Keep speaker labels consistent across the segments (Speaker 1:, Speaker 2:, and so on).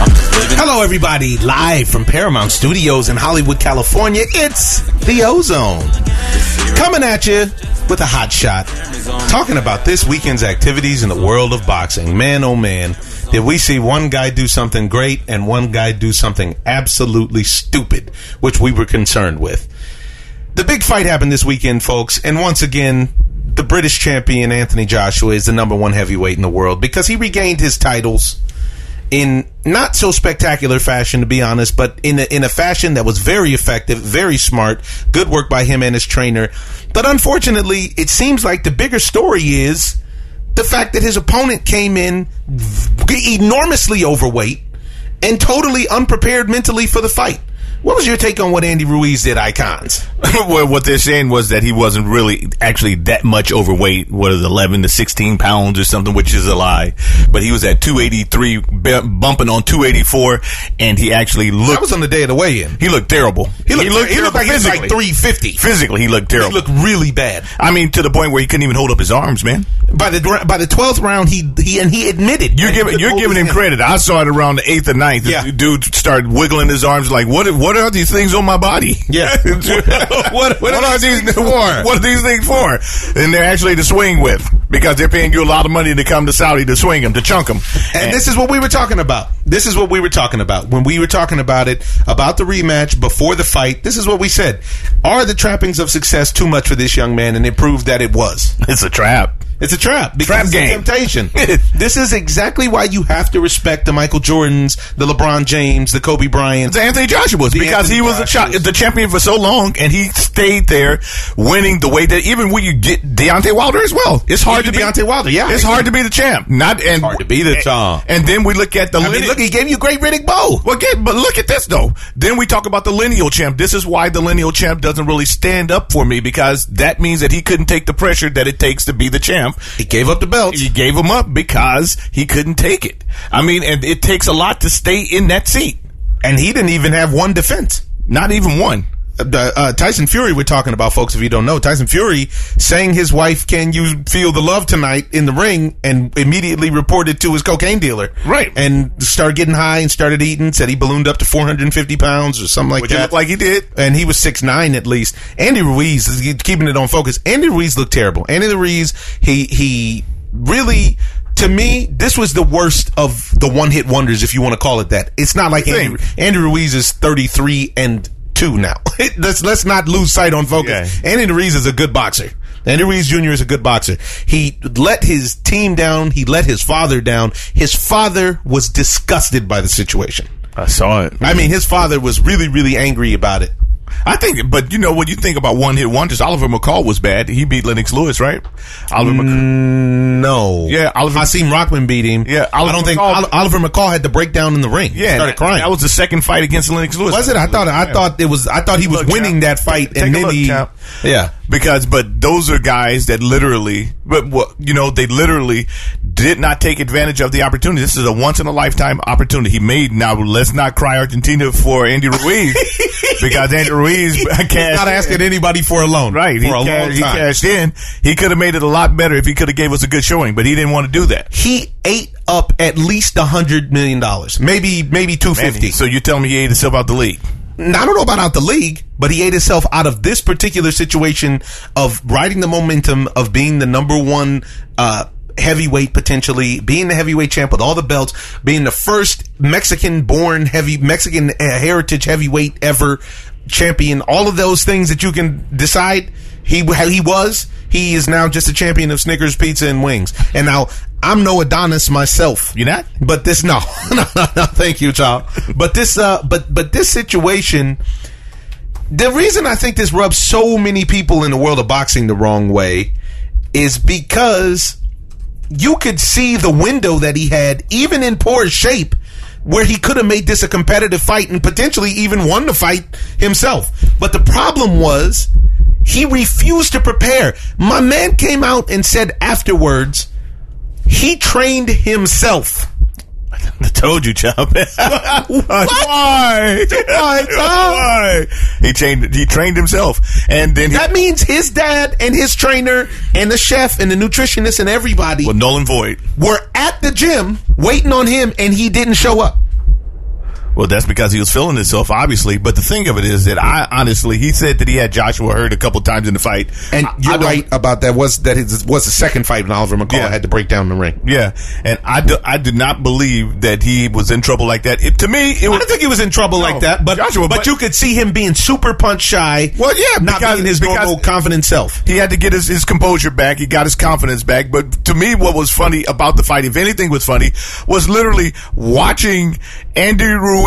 Speaker 1: Hello, everybody. Live from Paramount Studios in Hollywood, California, it's The Ozone. Coming at you with a hot shot. Talking about this weekend's activities in the world of boxing. Man, oh man, did we see one guy do something great and one guy do something absolutely stupid, which we were concerned with. The big fight happened this weekend, folks, and once again, the British champion Anthony Joshua is the number one heavyweight in the world because he regained his titles in not so spectacular fashion, to be honest, but in a, in a fashion that was very effective, very smart, good work by him and his trainer. But unfortunately, it seems like the bigger story is the fact that his opponent came in enormously overweight and totally unprepared mentally for the fight. What was your take on what Andy Ruiz did, Icons?
Speaker 2: well, what they're saying was that he wasn't really actually that much overweight. What is eleven to sixteen pounds or something, which is a lie. But he was at two eighty three, bumping on two eighty four, and he actually
Speaker 1: That
Speaker 2: looked.
Speaker 1: was on the day of the weigh-in.
Speaker 2: he looked terrible.
Speaker 1: He looked, he looked, like he was like
Speaker 2: physically.
Speaker 1: 350.
Speaker 2: physically, he looked
Speaker 1: He
Speaker 2: terrible.
Speaker 1: looked really bad.
Speaker 2: I mean, to the point where he couldn't even hold up his arms, man.
Speaker 1: By the by the 12th round, he, he and he admitted.
Speaker 2: You're
Speaker 1: that he
Speaker 2: giving
Speaker 1: couldn't
Speaker 2: you're
Speaker 1: hold
Speaker 2: giving
Speaker 1: his
Speaker 2: him
Speaker 1: hand.
Speaker 2: credit. I saw it around the eighth and ninth. The
Speaker 1: Yeah.
Speaker 2: dude started wiggling his arms like, "What? What are these things on my body?
Speaker 1: Yeah.
Speaker 2: what, what, are these things for? What are these things for? And they're actually to swing with because they're paying you a lot of money to come to Saudi to swing them to chunk them.
Speaker 1: And this is what we were talking about. This is what we were talking about when we were talking about it about the rematch before the fight. This is what we said: Are the trappings of success too much for this young man? And it proved that it was.
Speaker 2: it's a trap.
Speaker 1: It's a trap. because
Speaker 2: Trap
Speaker 1: it's a
Speaker 2: game.
Speaker 1: temptation. this is exactly why you have to respect the Michael Jordans, the LeBron James, the Kobe Bryants.
Speaker 2: It's Anthony Joshua's because
Speaker 1: Anthony
Speaker 2: he was a cha-
Speaker 1: Joshua's.
Speaker 2: the champion for so long and he stayed there winning the way that even when you get Deontay Wilder as well. It's hard
Speaker 1: Even
Speaker 2: to be
Speaker 1: Deontay Wilder, yeah.
Speaker 2: It's hard to be the champ. Not and
Speaker 1: Hard to be the champ.
Speaker 2: And then we look at the
Speaker 1: I mean,
Speaker 2: lineage-
Speaker 1: look, he gave you great Riddick Bowe.
Speaker 2: Well, get, but look at this though. Then we talk about the lineal champ. This is why the lineal champ doesn't really stand up for me because that means that he couldn't take the pressure that it takes to be the champ.
Speaker 1: He gave up the belt.
Speaker 2: He gave him up because he couldn't take it. I mean, and it takes a lot to stay in that seat.
Speaker 1: And he didn't even have one defense.
Speaker 2: Not even one.
Speaker 1: The, uh, Tyson Fury, we're talking about, folks, if you don't know. Tyson Fury sang his wife, Can You Feel the Love Tonight in the ring and immediately reported to his cocaine dealer.
Speaker 2: Right.
Speaker 1: And started getting high and started eating. Said he ballooned up to 450 pounds or something like
Speaker 2: Which it
Speaker 1: that.
Speaker 2: looked like he did.
Speaker 1: And he was six nine at least. Andy Ruiz is keeping it on focus. Andy Ruiz looked terrible. Andy Ruiz, he he really to me, this was the worst of the one hit wonders, if you want to call it that. It's not like Andy, Andy Ruiz is thirty three and two now. let's let's not lose sight on focus. Andy Ruiz is a good boxer. Andy Ruiz Jr. is a good boxer. He let his team down. He let his father down. His father was disgusted by the situation.
Speaker 2: I saw it.
Speaker 1: I mean, his father was really, really angry about it.
Speaker 2: I think, but you know, when you think about one hit wonders, Oliver McCall was bad. He beat Lennox Lewis, right? Oliver
Speaker 1: Mm.
Speaker 2: McCall.
Speaker 1: No.
Speaker 2: Yeah, Oliver-
Speaker 1: I seen Rockman beat him.
Speaker 2: Yeah,
Speaker 1: I
Speaker 2: Oliver
Speaker 1: don't think
Speaker 2: McCall-
Speaker 1: Ol- Oliver McCall had the breakdown in the ring. He
Speaker 2: Yeah,
Speaker 1: started
Speaker 2: that-
Speaker 1: crying.
Speaker 2: That was the second fight against Lennox Lewis.
Speaker 1: was it? I thought. I thought it was. I thought he was
Speaker 2: Look,
Speaker 1: winning
Speaker 2: champ.
Speaker 1: that fight,
Speaker 2: Take
Speaker 1: and
Speaker 2: a
Speaker 1: then
Speaker 2: look,
Speaker 1: he.
Speaker 2: champ.
Speaker 1: Yeah.
Speaker 2: because but those are guys that literally but what you know they literally did not take advantage of the opportunity this is a once in a lifetime opportunity he made now let's not cry argentina for andy ruiz because andy ruiz cashed
Speaker 1: Not asking anybody for a loan.
Speaker 2: right
Speaker 1: For
Speaker 2: he,
Speaker 1: a
Speaker 2: ca-
Speaker 1: long
Speaker 2: he
Speaker 1: time.
Speaker 2: cashed in he could have made it a lot better if he could have gave us a good showing but he didn't want to do that
Speaker 1: He ate up at least a hundred million dollars. Maybe maybe two
Speaker 2: And
Speaker 1: fifty.
Speaker 2: so you tell me he ate himself out the league
Speaker 1: I don't know about out the league, but he ate himself out of this particular situation of riding the momentum of being the number one uh, heavyweight potentially, being the heavyweight champ with all the belts, being the first Mexican-born heavy Mexican uh, heritage heavyweight ever champion. All of those things that you can decide. He he was. He is now just a champion of Snickers, pizza, and wings. And now I'm no Adonis myself.
Speaker 2: You not?
Speaker 1: But this no, no, no, no. Thank you, child. But this, uh, but but this situation. The reason I think this rubs so many people in the world of boxing the wrong way is because you could see the window that he had, even in poor shape, where he could have made this a competitive fight and potentially even won the fight himself. But the problem was he refused to prepare. My man came out and said afterwards he trained himself.
Speaker 2: I told you, Chop. Why?
Speaker 1: Why,
Speaker 2: Why? He trained. He trained himself, and then he,
Speaker 1: That means his dad and his trainer and the chef and the nutritionist and everybody
Speaker 2: well, Nolan Void.
Speaker 1: were at the gym waiting on him and he didn't show up.
Speaker 2: Well, that's because he was feeling himself, obviously. But the thing of it is that I honestly, he said that he had Joshua Hurd a couple times in the fight.
Speaker 1: And
Speaker 2: I- I
Speaker 1: you're
Speaker 2: don't-
Speaker 1: right about that. Was that his was the second fight when Oliver McCall
Speaker 2: Yeah.
Speaker 1: had to break down the ring?
Speaker 2: Yeah, and I do, I do not believe that he was in trouble like that. It, to me, it
Speaker 1: I
Speaker 2: was
Speaker 1: don't think he was in trouble like that, but
Speaker 2: Joshua,
Speaker 1: but,
Speaker 2: but-
Speaker 1: you could see him being super punch shy.
Speaker 2: Well, yeah,
Speaker 1: not
Speaker 2: because-
Speaker 1: being his
Speaker 2: because-
Speaker 1: normal confident self.
Speaker 2: he had to get his, his composure back. He got his confidence back. But to me, what was funny about the fight, if anything was funny, was literally watching Andy Ruiz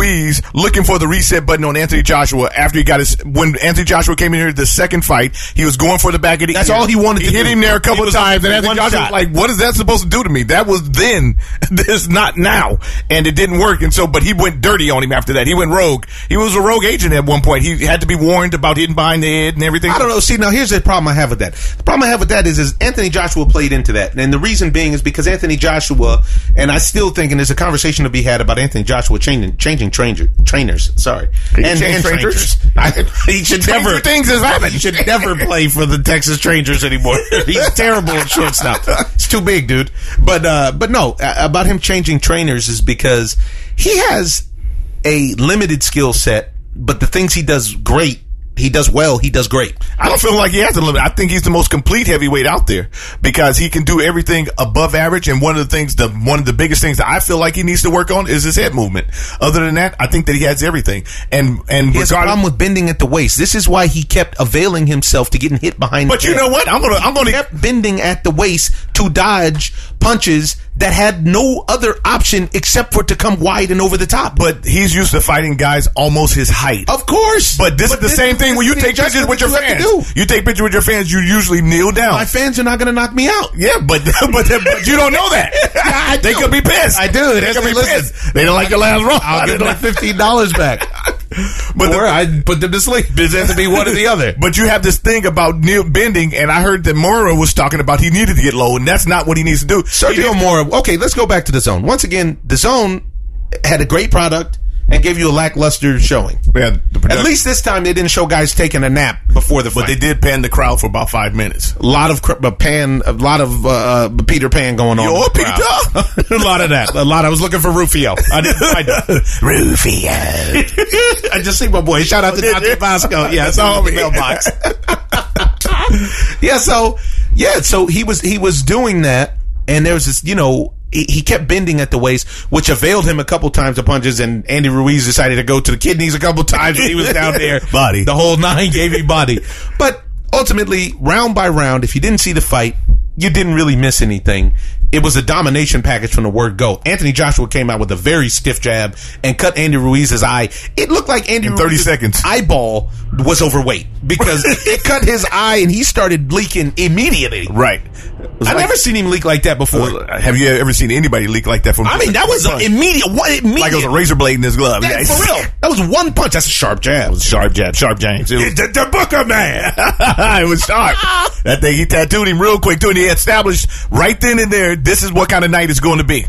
Speaker 2: looking for the reset button on Anthony Joshua after he got his. When Anthony Joshua came in here the second fight, he was going for the back of the.
Speaker 1: That's
Speaker 2: ear.
Speaker 1: all he wanted to
Speaker 2: hit
Speaker 1: do.
Speaker 2: him there a couple
Speaker 1: It
Speaker 2: of
Speaker 1: was
Speaker 2: times, and Anthony
Speaker 1: one
Speaker 2: Joshua
Speaker 1: shot.
Speaker 2: was like, "What is that supposed to do to me? That was then. It's not now, and it didn't work." And so, but he went dirty on him after that. He went rogue. He was a rogue agent at one point. He had to be warned about hitting behind the head and everything.
Speaker 1: I don't know. See, now here's the problem I have with that. The problem I have with that is, is Anthony Joshua played into that, and the reason being is because Anthony Joshua, and I still think, and there's a conversation to be had about Anthony Joshua changing changing trainer, trainers. Sorry,
Speaker 2: He
Speaker 1: and,
Speaker 2: changed
Speaker 1: and
Speaker 2: trainers?
Speaker 1: I- he should
Speaker 2: Stranger
Speaker 1: never
Speaker 2: things has happened.
Speaker 1: He should never play for the Texas Rangers anymore. He's terrible at shortstop. It's too big, dude. But uh, but no, uh, about him changing trainers is because he has a limited skill set, but the things he does great, he does well, he does great.
Speaker 2: I don't feel like he has a limit. I think he's the most complete heavyweight out there because he can do everything above average. And one of the things, the one of the biggest things that I feel like he needs to work on is his head movement. Other than that, I think that he has everything. And and
Speaker 1: He has a problem
Speaker 2: regardless,
Speaker 1: with bending at the waist. This is why he kept availing himself to getting hit behind.
Speaker 2: but
Speaker 1: the
Speaker 2: you
Speaker 1: head.
Speaker 2: know what? I'm gonna I'm gonna
Speaker 1: kept bending at the waist to dodge punches that had no other option except for it to come wide and over the top.
Speaker 2: But he's used to fighting guys almost his height.
Speaker 1: of course,
Speaker 2: But this is the same thing when you
Speaker 1: Oh, this is
Speaker 2: take
Speaker 1: the
Speaker 2: pictures
Speaker 1: adjustment
Speaker 2: with your
Speaker 1: that
Speaker 2: fans.
Speaker 1: you have to do.
Speaker 2: You take pictures with your fans. You usually kneel down.
Speaker 1: My fans are not going to knock me out.
Speaker 2: Yeah, but but, but you don't know that.
Speaker 1: I
Speaker 2: they
Speaker 1: do.
Speaker 2: could be pissed.
Speaker 1: I do.
Speaker 2: They
Speaker 1: That's-
Speaker 2: could be
Speaker 1: listen.
Speaker 2: pissed. They don't like your last round.
Speaker 1: I'll give
Speaker 2: They
Speaker 1: them
Speaker 2: don't-
Speaker 1: fifteen dollars back,
Speaker 2: But the-
Speaker 1: or I put them to sleep. It has to be one or the other.
Speaker 2: But you have this thing about Neil bending, and I heard that Mora was talking about he needed to get low, and that's not what he needs to do. He
Speaker 1: Sergio
Speaker 2: did-
Speaker 1: Mora. Okay, let's go back to the zone once again. The zone had a great product and gave you a lackluster showing.
Speaker 2: Yeah, the
Speaker 1: At
Speaker 2: production-
Speaker 1: least this time they didn't show guys taking a nap before the fight.
Speaker 2: but they did pan the crowd for about five minutes.
Speaker 1: a lot of cr- uh, Pan, a lot of uh, uh, Peter Pan going on.
Speaker 2: Yo,
Speaker 1: in the crowd.
Speaker 2: Oh, Peter.
Speaker 1: a lot of that. A lot. I was looking for Rufio. I didn't find him.
Speaker 2: Rufio.
Speaker 1: I just see my boy. Shout out to Dr. Bosco. Yeah, it's all over mailbox. yeah, so yeah, so he was he was doing that, and there was this, you know, he, he kept bending at the waist, which availed him a couple times of punches, and Andy Ruiz decided to go to the kidneys a couple times, and he was down there,
Speaker 2: Body.
Speaker 1: the whole nine gave him body. But ultimately, round by round, if you didn't see the fight, you didn't really miss anything. It was a domination package from the word go. Anthony Joshua came out with a very stiff jab and cut Andy Ruiz's eye. It looked like Andy
Speaker 2: In 30
Speaker 1: Ruiz's
Speaker 2: seconds.
Speaker 1: eyeball was overweight because it cut his eye and he started leaking immediately.
Speaker 2: Right.
Speaker 1: I've never seen him leak like that before.
Speaker 2: never. Have you ever seen anybody leak like that from?
Speaker 1: I mean, that was an immediate. What immediate?
Speaker 2: like it was a razor blade in his glove.
Speaker 1: That- for real. That was one punch. That's a sharp jab.
Speaker 2: Sharp jab, sharp James. It was-
Speaker 1: The, the Booker man.
Speaker 2: it was sharp. That thing he tattooed him real quick too, and he established right then and there. This is what kind of night it's going to be.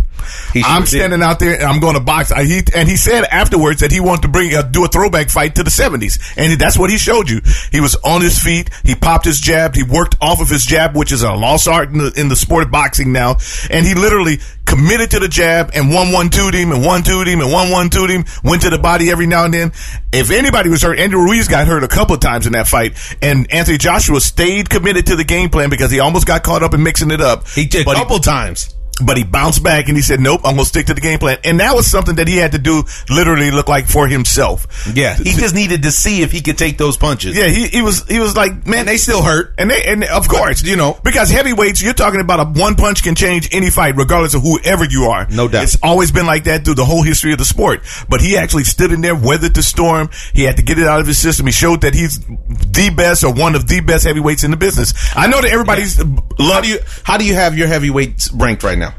Speaker 1: He sure
Speaker 2: I'm
Speaker 1: did.
Speaker 2: standing out there and I'm going to box. I, he and he said afterwards that he wanted to bring uh, do a throwback fight to the 70s, and that's what he showed you. He was on his feet. He popped his jab. He worked off of his jab, which is a lost art in the, in the sport of boxing now. And he literally committed to the jab and one one two him and one two him and one one two him. Went to the body every now and then. If anybody was hurt, Andrew Ruiz got hurt a couple of times in that fight, and Anthony Joshua stayed committed to the game plan because he almost got caught up in mixing it up.
Speaker 1: He did a
Speaker 2: But
Speaker 1: couple times.
Speaker 2: but he bounced back and he said, "Nope, I'm going to stick to the game plan." And that was something that he had to do, literally, look like for himself.
Speaker 1: Yeah, he just needed to see if he could take those punches.
Speaker 2: yeah. He, he was he was like, man,
Speaker 1: and they still hurt.
Speaker 2: and they and of course,
Speaker 1: you know.
Speaker 2: because heavyweights, you're talking about a one punch can change any fight, regardless of whoever you are.
Speaker 1: No doubt.
Speaker 2: it's always been like that through the whole history of the sport. But he actually stood in there, weathered the storm. He had to get it out of his system. He showed that he's the best or one of the best heavyweights in the business. I know that everybody's
Speaker 1: How do you how do you have your heavyweights ranked right now?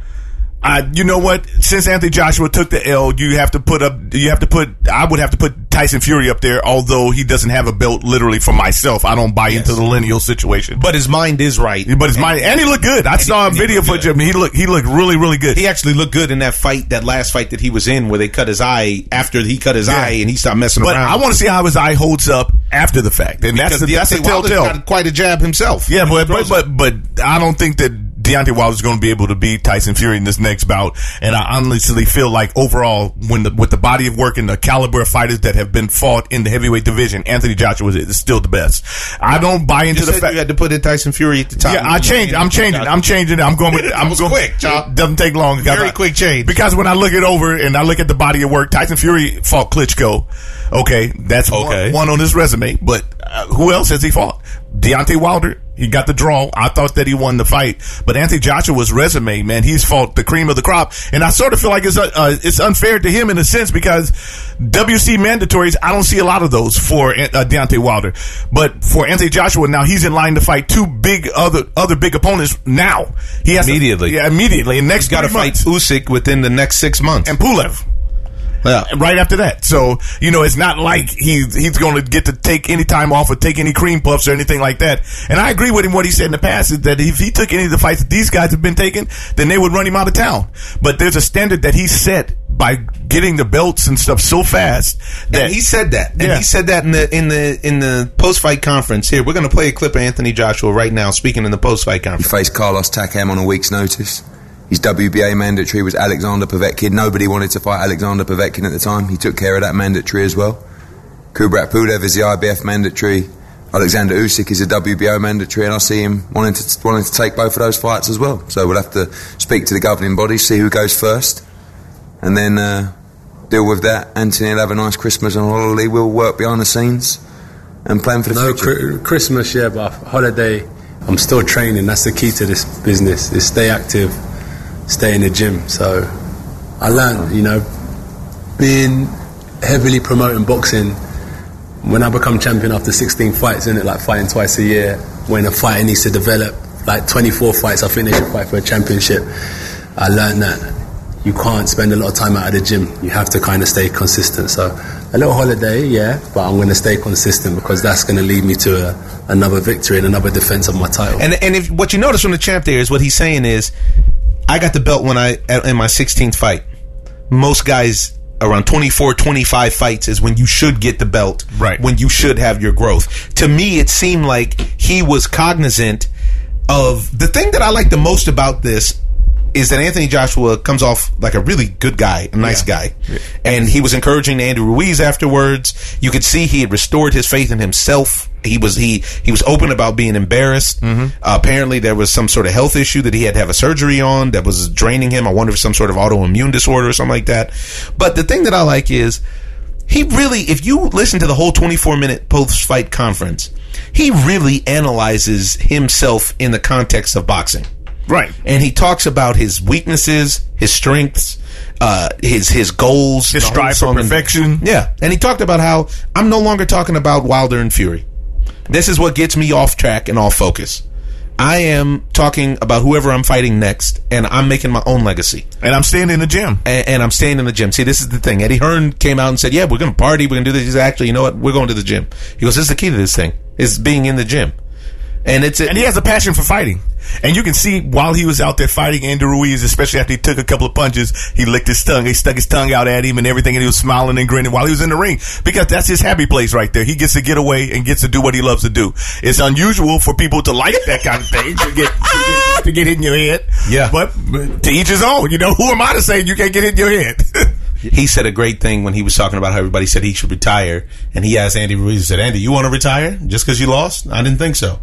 Speaker 2: I, you know what? Since Anthony Joshua took the L, you have to put up. You have to put. I would have to put Tyson Fury up there, although he doesn't have a belt. Literally, for myself, I don't buy into the lineal situation. But
Speaker 1: But his mind is right.
Speaker 2: but it's my and he looked good. I saw a
Speaker 1: and he
Speaker 2: video
Speaker 1: looked
Speaker 2: footage of him. He looked he looked really really good.
Speaker 1: He actually looked good in that fight, that last fight that he was in, where they cut his eye after he cut his eye and he stopped messing
Speaker 2: but
Speaker 1: around.
Speaker 2: I want to see how his eye holds up after the fact, and that's the, that's the
Speaker 1: Deontay Wilder's
Speaker 2: telltale.
Speaker 1: got quite a jab himself.
Speaker 2: Yeah, but but, but but I don't think that Deontay Wilder is going to be able to beat Tyson Fury in this next bout. And I honestly feel like overall, when the, with the body of work and the caliber of fighters that have been fought in the heavyweight division, Anthony Joshua is, is still the best. I don't buy into
Speaker 1: You
Speaker 2: the
Speaker 1: said
Speaker 2: fact.
Speaker 1: you had to put in Tyson Fury at the top.
Speaker 2: Yeah, I changed. I'm changing. I'm changing. I'm going with. I'm
Speaker 1: was
Speaker 2: going
Speaker 1: quick, Chop.
Speaker 2: Doesn't take long.
Speaker 1: Very
Speaker 2: I-
Speaker 1: quick change.
Speaker 2: Because when I look it over and I look at the body of work, Tyson Fury fought Klitschko. Okay, that's
Speaker 1: Okay.
Speaker 2: One, one on his resume. But uh, who else has he fought? Deontay Wilder. He got the draw. I thought that he won the fight, but Anthony Joshua's resume, man, he's fought the cream of the crop, and I sort of feel like it's uh, uh, it's unfair to him in a sense because WC mandatories, I don't see a lot of those for uh, Deontay Wilder, but for Anthony Joshua now, he's in line to fight two big other other big opponents now. He has to-
Speaker 1: Immediately.
Speaker 2: yeah, immediately. And next,
Speaker 1: Got to
Speaker 2: three
Speaker 1: fight
Speaker 2: months.
Speaker 1: Usyk within the next six months.
Speaker 2: and Pulev
Speaker 1: yeah.
Speaker 2: right after that. So you know, it's not like he's he's going to get to take any time off or take any cream puffs or anything like that. And I agree with him. What he said in the past is that if he took any of the fights that these guys have been taking, then they would run him out of town. But there's a standard that he set by getting the belts and stuff so fast that
Speaker 1: And he said that. And
Speaker 2: Yeah.
Speaker 1: he said that in the in the in the post fight conference. Here, we're going to play a clip of Anthony Joshua right now speaking in the post fight
Speaker 3: He
Speaker 1: conference.
Speaker 3: faced Carlos Takam on a week's notice. His WBA mandatory was Alexander Povetkin. Nobody wanted to fight Alexander Povetkin at the time. He took care of that mandatory as well. Kubrat Pulev is the IBF mandatory. Alexander Usyk is a WBO mandatory, and I see him wanting to wanting to take both of those fights as well. So we'll have to speak to the governing body, see who goes first, and then uh, deal with that. Anthony will have a nice Christmas and holiday. We'll work behind the scenes and plan for the
Speaker 4: No
Speaker 3: future.
Speaker 4: cri- Christmas, yeah, but holiday. I'm still training. That's the key to this business: is stay active, stay in the gym. So I learned, you know, being heavily promoting boxing. When I become champion after 16 fights, in it like fighting twice a year. When a fighter needs to develop, like 24 fights, I think they should fight for a championship. I learned that you can't spend a lot of time out of the gym. You have to kind of stay consistent. So a little holiday, yeah, but I'm going to stay consistent because that's going to lead me to a, another victory and another defense of my title.
Speaker 1: And and if what you notice from the champ there is what he's saying is, I got the belt when I at- in my 16th fight. Most guys around 24, 25 fights is when you should get the belt.
Speaker 2: Right.
Speaker 1: When you should have your growth. To me, it seemed like he was cognizant of the thing that I like the most about this is that Anthony Joshua comes off like a really good guy, a nice guy. And he was encouraging Andy Ruiz afterwards. You could see he had restored his faith in himself. He was he he was open about being embarrassed. Uh, apparently, there was some sort of health issue that he had to have a surgery on that was draining him. I wonder if some sort of autoimmune disorder or something like that. But the thing that I like is he really, if you listen to the whole 24 minute post fight conference, he really analyzes himself in the context of boxing
Speaker 2: right.
Speaker 1: and he talks about his weaknesses, his strengths, uh, his his goals,
Speaker 2: His
Speaker 1: the whole
Speaker 2: strive for
Speaker 1: song and-
Speaker 2: perfection.
Speaker 1: yeah, and he talked about how I'm no longer talking about Wilder and Fury. This is what gets me off track and off focus. I am talking about whoever I'm fighting next, and I'm making my own legacy
Speaker 2: And I'm staying in the gym.
Speaker 1: and, and I'm staying in the gym. See, this is the thing. Eddie Hearn came out and said, "Yeah, we're going to party. We're going to do this." He's actually, you know what? We're going to the gym. He goes, "This is the key to this thing: is being in the gym." And it's
Speaker 2: And he has a passion for fighting. And you can see while he was out there fighting Andy Ruiz, especially after he took a couple of punches, he licked his tongue. He stuck his tongue out at him and everything, and he was smiling and grinning while he was in the ring because that's his happy place right there. He gets to get away and gets to do what he loves to do. It's unusual for people to like that kind of thing to get to get, to get hit in your head.
Speaker 1: Yeah.
Speaker 2: but to each his own. You know, who am I to say you can't get hit in your head?
Speaker 1: he said a great thing when he was talking about how everybody said he should retire, and he asked Andy Ruiz, he said, "Andy, you want to retire just because you lost?" I didn't think so.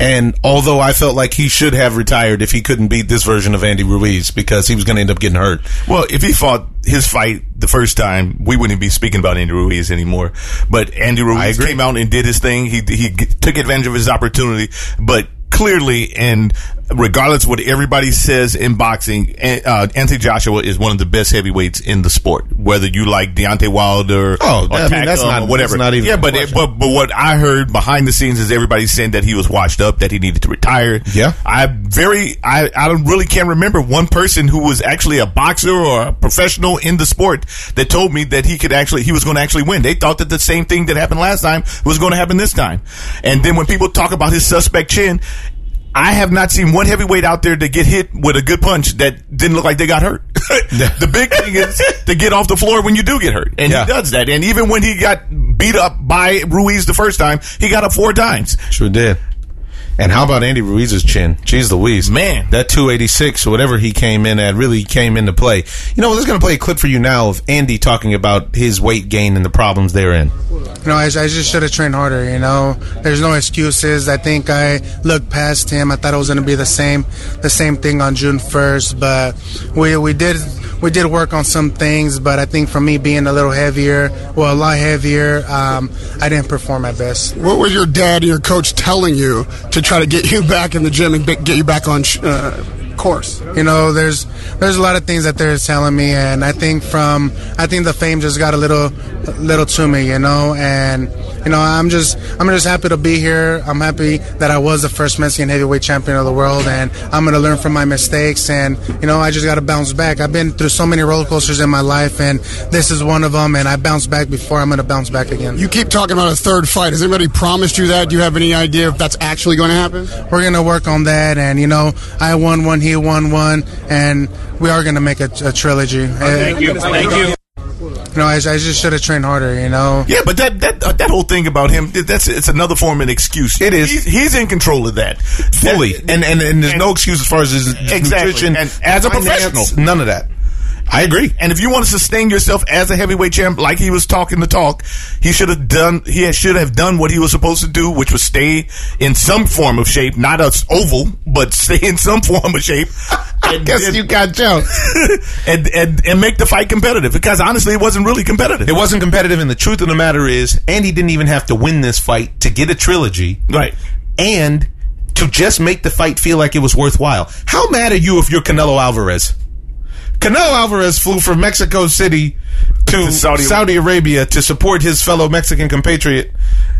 Speaker 1: And although I felt like he should have retired if he couldn't beat this version of Andy Ruiz because he was going to end up getting hurt.
Speaker 2: Well, if he fought his fight the first time, we wouldn't be speaking about Andy Ruiz anymore. But Andy Ruiz came out and did his thing. He he g- took advantage of his opportunity, but clearly and regardless of what everybody says in boxing, An- uh, Anthony Joshua is one of the best heavyweights in the sport. Whether you like Deontay Wilder,
Speaker 1: Oh,
Speaker 2: or
Speaker 1: I mean, that's
Speaker 2: Takam or
Speaker 1: not- that's
Speaker 2: whatever,
Speaker 1: not even
Speaker 2: yeah.
Speaker 1: a
Speaker 2: But it,
Speaker 1: question.
Speaker 2: but but what I heard behind the scenes is everybody saying that he was washed up, that he needed to retire.
Speaker 1: Yeah.
Speaker 2: I very I, I don't- really can't remember one person who was actually a boxer or a professional in the sport that told me that he could actually he was going to actually win. They thought that the same thing that happened last time was going to happen this time. And then when people talk about his suspect chin, I have not seen one heavyweight out there to get hit with a good punch that didn't look like they got hurt. the big thing is to get off the floor when you do get hurt. And
Speaker 1: Yeah.
Speaker 2: he does that. And even when he got beat up by Ruiz the first time, he got up four times.
Speaker 1: Sure did. And how about Andy Ruiz's chin? Jeez Louise.
Speaker 2: Man.
Speaker 1: That 286 or whatever he came in at really came into play. You know, I'm just going to play a clip for you now of Andy talking about his weight gain and the problems therein.
Speaker 5: You know, I, I just should have trained harder. You know, there's no excuses. I think I looked past him. I thought it was going to be the same, the same thing on June 1st. But we we did we did work on some things. But I think for me being a little heavier, well, a lot heavier, um, I didn't perform my best.
Speaker 6: What was your dad or your coach telling you to try to get you back in the gym and be- get you back on sh- uh, course?
Speaker 5: You know, there's there's a lot of things that they're telling me, and I think from I think the fame just got a little little to me, you know, and you know I'm just I'm just happy to be here. I'm happy that I was the first Mexican heavyweight champion of the world, and I'm gonna learn from my mistakes, and you know I just gotta bounce back. I've been through so many roller coasters in my life, and this is one of them, and I bounced back before I'm gonna bounce back again.
Speaker 6: You keep talking about a third fight. Has anybody promised you that? Do you have any idea if that's actually going to happen?
Speaker 5: we're gonna work on that and you know i won one he won one and we are gonna make a, a trilogy Oh, thank you
Speaker 2: Thank you.
Speaker 5: you know i, I just should have trained harder you know
Speaker 2: Yeah, but that that uh, that whole thing about him th- that's it's another form of excuse. It
Speaker 1: is.
Speaker 2: He's, he's in control of that
Speaker 1: Fully.
Speaker 2: That-
Speaker 1: and, and, and there's no excuse as far as his
Speaker 2: Exactly.
Speaker 1: nutrition.
Speaker 2: And as a professional.
Speaker 1: None of that. I agree.
Speaker 2: And if you want to sustain yourself as a heavyweight champ, like he was talking the talk, he should have done. He should have done what he was supposed to do, which was stay in some form of shape, not a s- oval, but stay in some form of shape. I
Speaker 6: Guess you got Joe.
Speaker 2: and, and and make the fight competitive because honestly, it wasn't really competitive.
Speaker 1: It wasn't competitive, and the truth of the matter is, Andy didn't even have to win this fight to get a trilogy.
Speaker 2: Right.
Speaker 1: And to just make the fight feel like it was worthwhile. How mad are you if you're Canelo Alvarez? Canelo Alvarez flew from Mexico City to,
Speaker 2: To Saudi-
Speaker 1: Saudi, Arabia to support his fellow Mexican compatriot,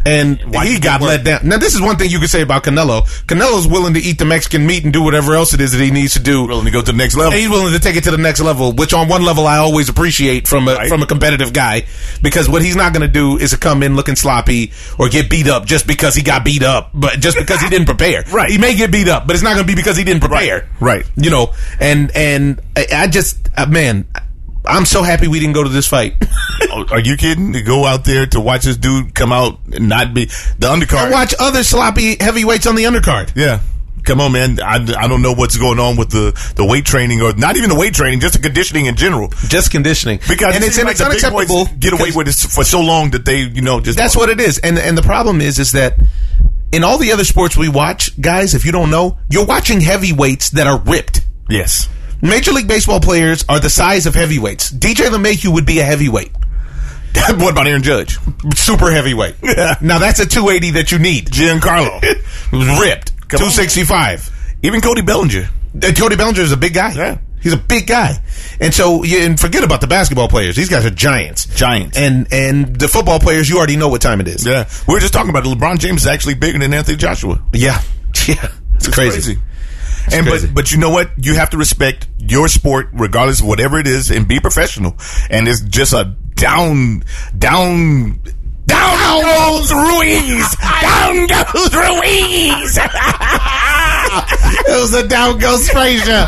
Speaker 1: and
Speaker 2: Why
Speaker 1: he
Speaker 2: did
Speaker 1: got
Speaker 2: it work?
Speaker 1: let down. Now, this is one thing you could say about Canelo. Canelo's willing to eat the Mexican meat and do whatever else it is that he needs to do.
Speaker 2: Willing to go to the next level.
Speaker 1: And he's willing to take it to the next level, which on one level I always appreciate from a
Speaker 2: Right.
Speaker 1: from a competitive guy, because what he's not going to do is to come in looking sloppy or get beat up just because he got beat up, but just because he didn't prepare.
Speaker 2: Right.
Speaker 1: He may get beat up, but it's not going to be because he didn't prepare.
Speaker 2: Right.
Speaker 1: You know, and and I, I just uh, man, I'm so happy we didn't go to this fight.
Speaker 2: Oh, Are you kidding? To go out there to watch this dude come out and not be the undercard.
Speaker 1: Watch other sloppy heavyweights on the undercard.
Speaker 2: Yeah. Come on, man. I, I don't know what's going on with the, the weight training or not even the weight training, just the conditioning in general.
Speaker 1: Just conditioning
Speaker 2: Because
Speaker 1: and
Speaker 2: it
Speaker 1: it's,
Speaker 2: seems
Speaker 1: and
Speaker 2: like
Speaker 1: it's
Speaker 2: the big boys
Speaker 1: unacceptable.
Speaker 2: Get away
Speaker 1: because-
Speaker 2: with this for so long that they, you know, just
Speaker 1: That's what it is. And and the problem is is that in all the other sports we watch, guys, if you don't know, you're watching heavyweights that are ripped.
Speaker 2: Yes.
Speaker 1: Major League Baseball players are the size of heavyweights. DJ LeMahieu would be a heavyweight,
Speaker 2: what about Aaron Judge?
Speaker 1: super heavyweight. Now that's a 280 that you need.
Speaker 2: Giancarlo.
Speaker 1: Ripped,
Speaker 2: Come on.
Speaker 1: 265.
Speaker 2: even Cody Bellinger.
Speaker 1: Uh, Cody Bellinger is a big guy.
Speaker 2: Yeah.
Speaker 1: He's a big guy. And so yeah, and forget about the basketball players. These guys are giants.
Speaker 2: Giants.
Speaker 1: And and the football players, you already know what time it is.
Speaker 2: Yeah. We were just talking about it. LeBron James is actually bigger than Anthony Joshua.
Speaker 1: Yeah. Yeah. It's, crazy.
Speaker 2: And
Speaker 1: crazy.
Speaker 2: but but you know what? You have to respect your sport, regardless of whatever it is, and be professional. And it's just a down, down, down goes Ruiz. Down goes Ruiz.
Speaker 1: It was a down goes Frazier.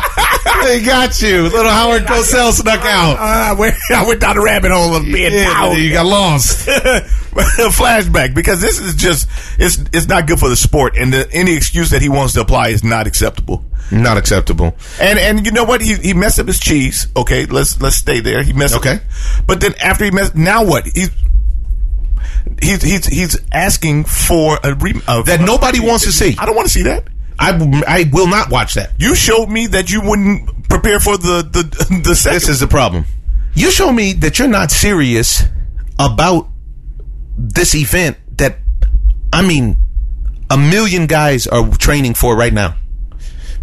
Speaker 1: they got you. Little Howard Cosell snuck out.
Speaker 2: Uh, I went, I went down a rabbit hole of being
Speaker 1: Yeah,
Speaker 2: down.
Speaker 1: you got lost.
Speaker 2: flashback because this is just it's it's not good for the sport and the, any excuse that he wants to apply is not acceptable
Speaker 1: Not acceptable.
Speaker 2: And and you know what? He he messed up his cheese. Okay, let's let's stay there. He messed
Speaker 1: Okay.
Speaker 2: up. But then after he messed, now what? He's he's he's, he's asking for a re, a-
Speaker 1: That nobody wants to see.
Speaker 2: I don't want to see that.
Speaker 1: I, I will not watch that.
Speaker 2: You showed me that you wouldn't prepare for the the the second.
Speaker 1: This is the problem. You show me that you're not serious about this event that, I mean, a million guys are training for right now.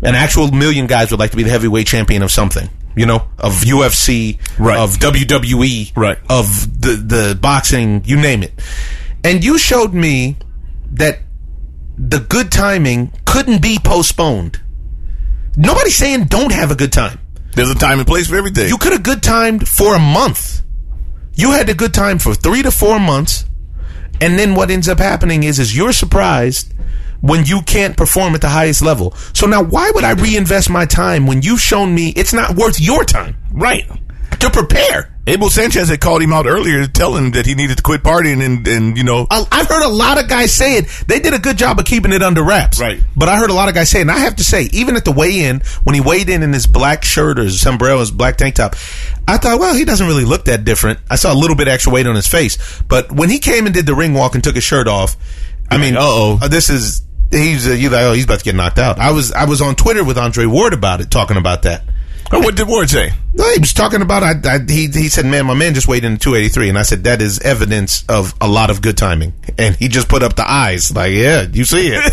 Speaker 1: An actual million guys would like to be the heavyweight champion of something, you know, of UFC,
Speaker 2: Right.
Speaker 1: of WWE,
Speaker 2: Right.
Speaker 1: of the, the boxing, you name it. And you showed me that the good timing couldn't be postponed. Nobody's saying don't have a good time.
Speaker 2: There's a time and place for everything.
Speaker 1: You could have good timed for a month. You had the good time for three to four months, and then what ends up happening is is you're surprised when you can't perform at the highest level. So now why would I reinvest my time when you've shown me it's not worth your time
Speaker 2: right.
Speaker 1: to prepare?
Speaker 2: Abel Sanchez had called him out earlier, telling him that he needed to quit partying, and and you know,
Speaker 1: I- I've heard a lot of guys say it. They did a good job of keeping it under wraps.
Speaker 2: Right.
Speaker 1: But I heard a lot of guys say it. And I have to say, even at the weigh in, when he weighed in in his black shirt or his sombrero, his black tank top, I thought, well, he doesn't really look that different. I saw a little bit extra weight on his face. But when he came and did the ring walk and took his shirt off, I mean, uh-oh. This is. He's uh, you like oh he's about to get knocked out. I was I was on Twitter with Andre Ward about it talking about that.
Speaker 2: Oh, what did Ward say?
Speaker 1: No, he was talking about. I, I he he said, "Man, my man just weighed in at 283," and I said, "That is evidence of a lot of good timing." And he just put up the eyes, like, "Yeah, you see it."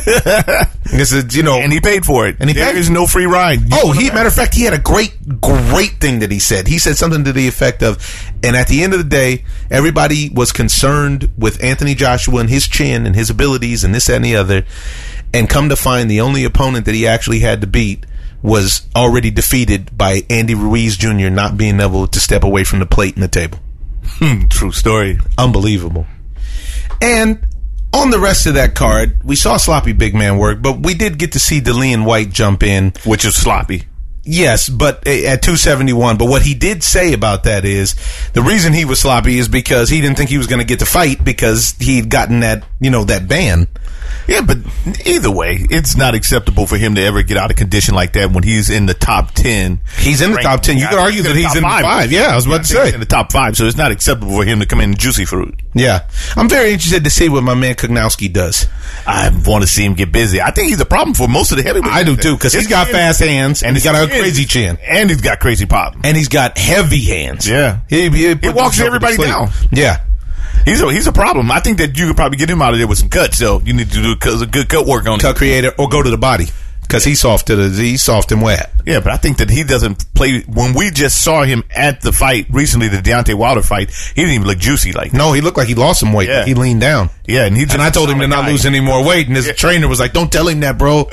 Speaker 1: this is, you know,
Speaker 2: And he paid for it.
Speaker 1: And he
Speaker 2: There
Speaker 1: paid-
Speaker 2: is no free ride. You
Speaker 1: Oh,
Speaker 2: wanna-
Speaker 1: he matter of fact, he had a great, great thing that he said. He said something to the effect of, and at the end of the day, everybody was concerned with Anthony Joshua and his chin and his abilities and this that, and the other, and come to find the only opponent that he actually had to beat was already defeated by Andy Ruiz Jr. not being able to step away from the plate and the table.
Speaker 2: Hmm, True story.
Speaker 1: Unbelievable. And on the rest of that card, we saw sloppy big man work, but we did get to see Delian White jump in.
Speaker 2: Which is sloppy.
Speaker 1: Yes, but eh, at 271. But what he did say about that is the reason he was sloppy is because he didn't think he was going to get to fight because he'd gotten that, you know, that ban.
Speaker 2: Yeah, but either way, it's not acceptable for him to ever get out of condition like that when he's in the top ten.
Speaker 1: He's in the top 10. You could argue that he's in the five. Uh, Yeah, I was about to
Speaker 2: think
Speaker 1: say.
Speaker 2: he's in the top five. So it's not acceptable for him to come in juicy fruit.
Speaker 1: Yeah. I'm very interested to see what my man Kugnowski does.
Speaker 2: I want to see him get busy. I think he's a problem for most of the heavyweights.
Speaker 1: I do too, because
Speaker 2: His
Speaker 1: he's got
Speaker 2: chin-
Speaker 1: fast hands and he's
Speaker 2: his
Speaker 1: got a crazy chin.
Speaker 2: and he's got crazy pop.
Speaker 1: And he's got heavy hands.
Speaker 2: Yeah.
Speaker 1: He, he,
Speaker 2: He walks everybody down.
Speaker 1: Yeah.
Speaker 2: He's a, he's a problem. I think that you could probably get him out of there with some cuts. So you need to do cause a good cut work on him.
Speaker 1: Cut creator or go to the body because he's soft to the, he's soft and wet.
Speaker 2: Yeah, but I think that he doesn't play. When we just saw him at the fight recently, the Deontay Wilder fight, he didn't even look juicy like.
Speaker 1: No, he looked like he lost some weight.
Speaker 2: Yeah.
Speaker 1: He leaned down.
Speaker 2: Yeah, and he just
Speaker 1: And I told him to not lose any more weight, and his trainer was like, "Don't tell him that, bro."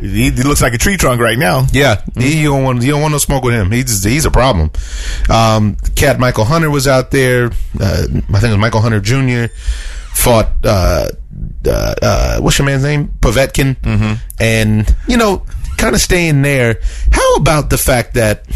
Speaker 2: He, he looks like a tree trunk right now.
Speaker 1: yeah, he, you don't want you don't want no smoke with him. He's he's a problem. Um, Cat Michael Hunter was out there. Uh, I think it was Michael Hunter Jr. fought. Uh, uh, uh, what's your man's name? Pavetkin,
Speaker 2: Mm-hmm.
Speaker 1: and you know, kind of staying there. How about the fact that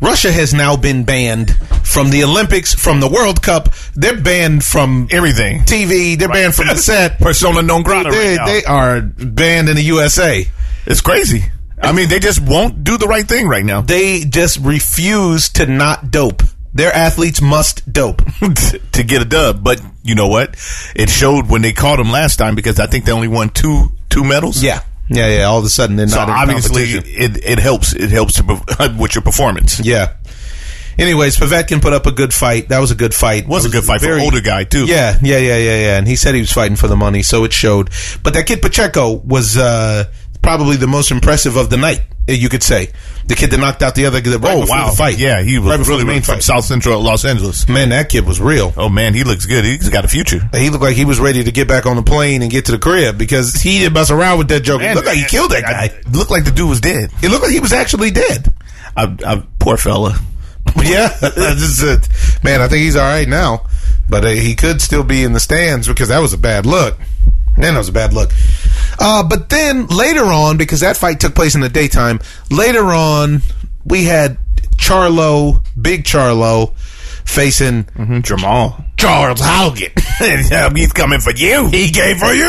Speaker 1: Russia has now been banned from the Olympics, from the World Cup? They're banned from
Speaker 2: Everything.
Speaker 1: TV. They're banned from the set.
Speaker 2: Persona non grata
Speaker 1: They,
Speaker 2: right now.
Speaker 1: they are banned in the USA.
Speaker 2: it's crazy. I mean, they just won't do the right thing right now.
Speaker 1: They just refuse to not dope. Their athletes must dope.
Speaker 2: to get a dub. But you know what? It showed when they called him last time because I think they only won two two medals.
Speaker 1: Yeah, yeah, yeah. All of a sudden, they're
Speaker 2: So
Speaker 1: not in
Speaker 2: obviously,
Speaker 1: competition.
Speaker 2: it, it helps. It helps to, perf- with your performance.
Speaker 1: Yeah. Anyways, Pavetkin put up a good fight. That was a good fight.
Speaker 2: Was a good fight for an older guy, too.
Speaker 1: Yeah, yeah, yeah, yeah, yeah. And he said he was fighting for the money, so it showed. But that kid Pacheco was uh, probably the most impressive of the night. eh, You could say the kid that knocked out the other guy right before the fight.
Speaker 2: Oh, Yeah, he was
Speaker 1: right before
Speaker 2: really
Speaker 1: the main
Speaker 2: from
Speaker 1: fight.
Speaker 2: South Central Los Angeles.
Speaker 1: Man, that kid was real.
Speaker 2: Oh man, he looks good. He's got a future.
Speaker 1: He looked like he was ready to get back on the plane and get to the crib because he didn't mess around with that joke. It looked like he killed that guy.
Speaker 2: I- looked like the dude was dead.
Speaker 1: It looked like he was actually dead.
Speaker 2: I, I, poor fella.
Speaker 1: yeah, this is it. man, I think he's all right now, but uh, he could still be in the stands because that was a bad look. Man, that was a bad look. Uh, but then later on, because that fight took place in the daytime, later on we had Charlo, Big Charlo, facing
Speaker 2: Jamal.
Speaker 1: Charles Haugen.
Speaker 2: He's coming for you.
Speaker 1: He gave for you.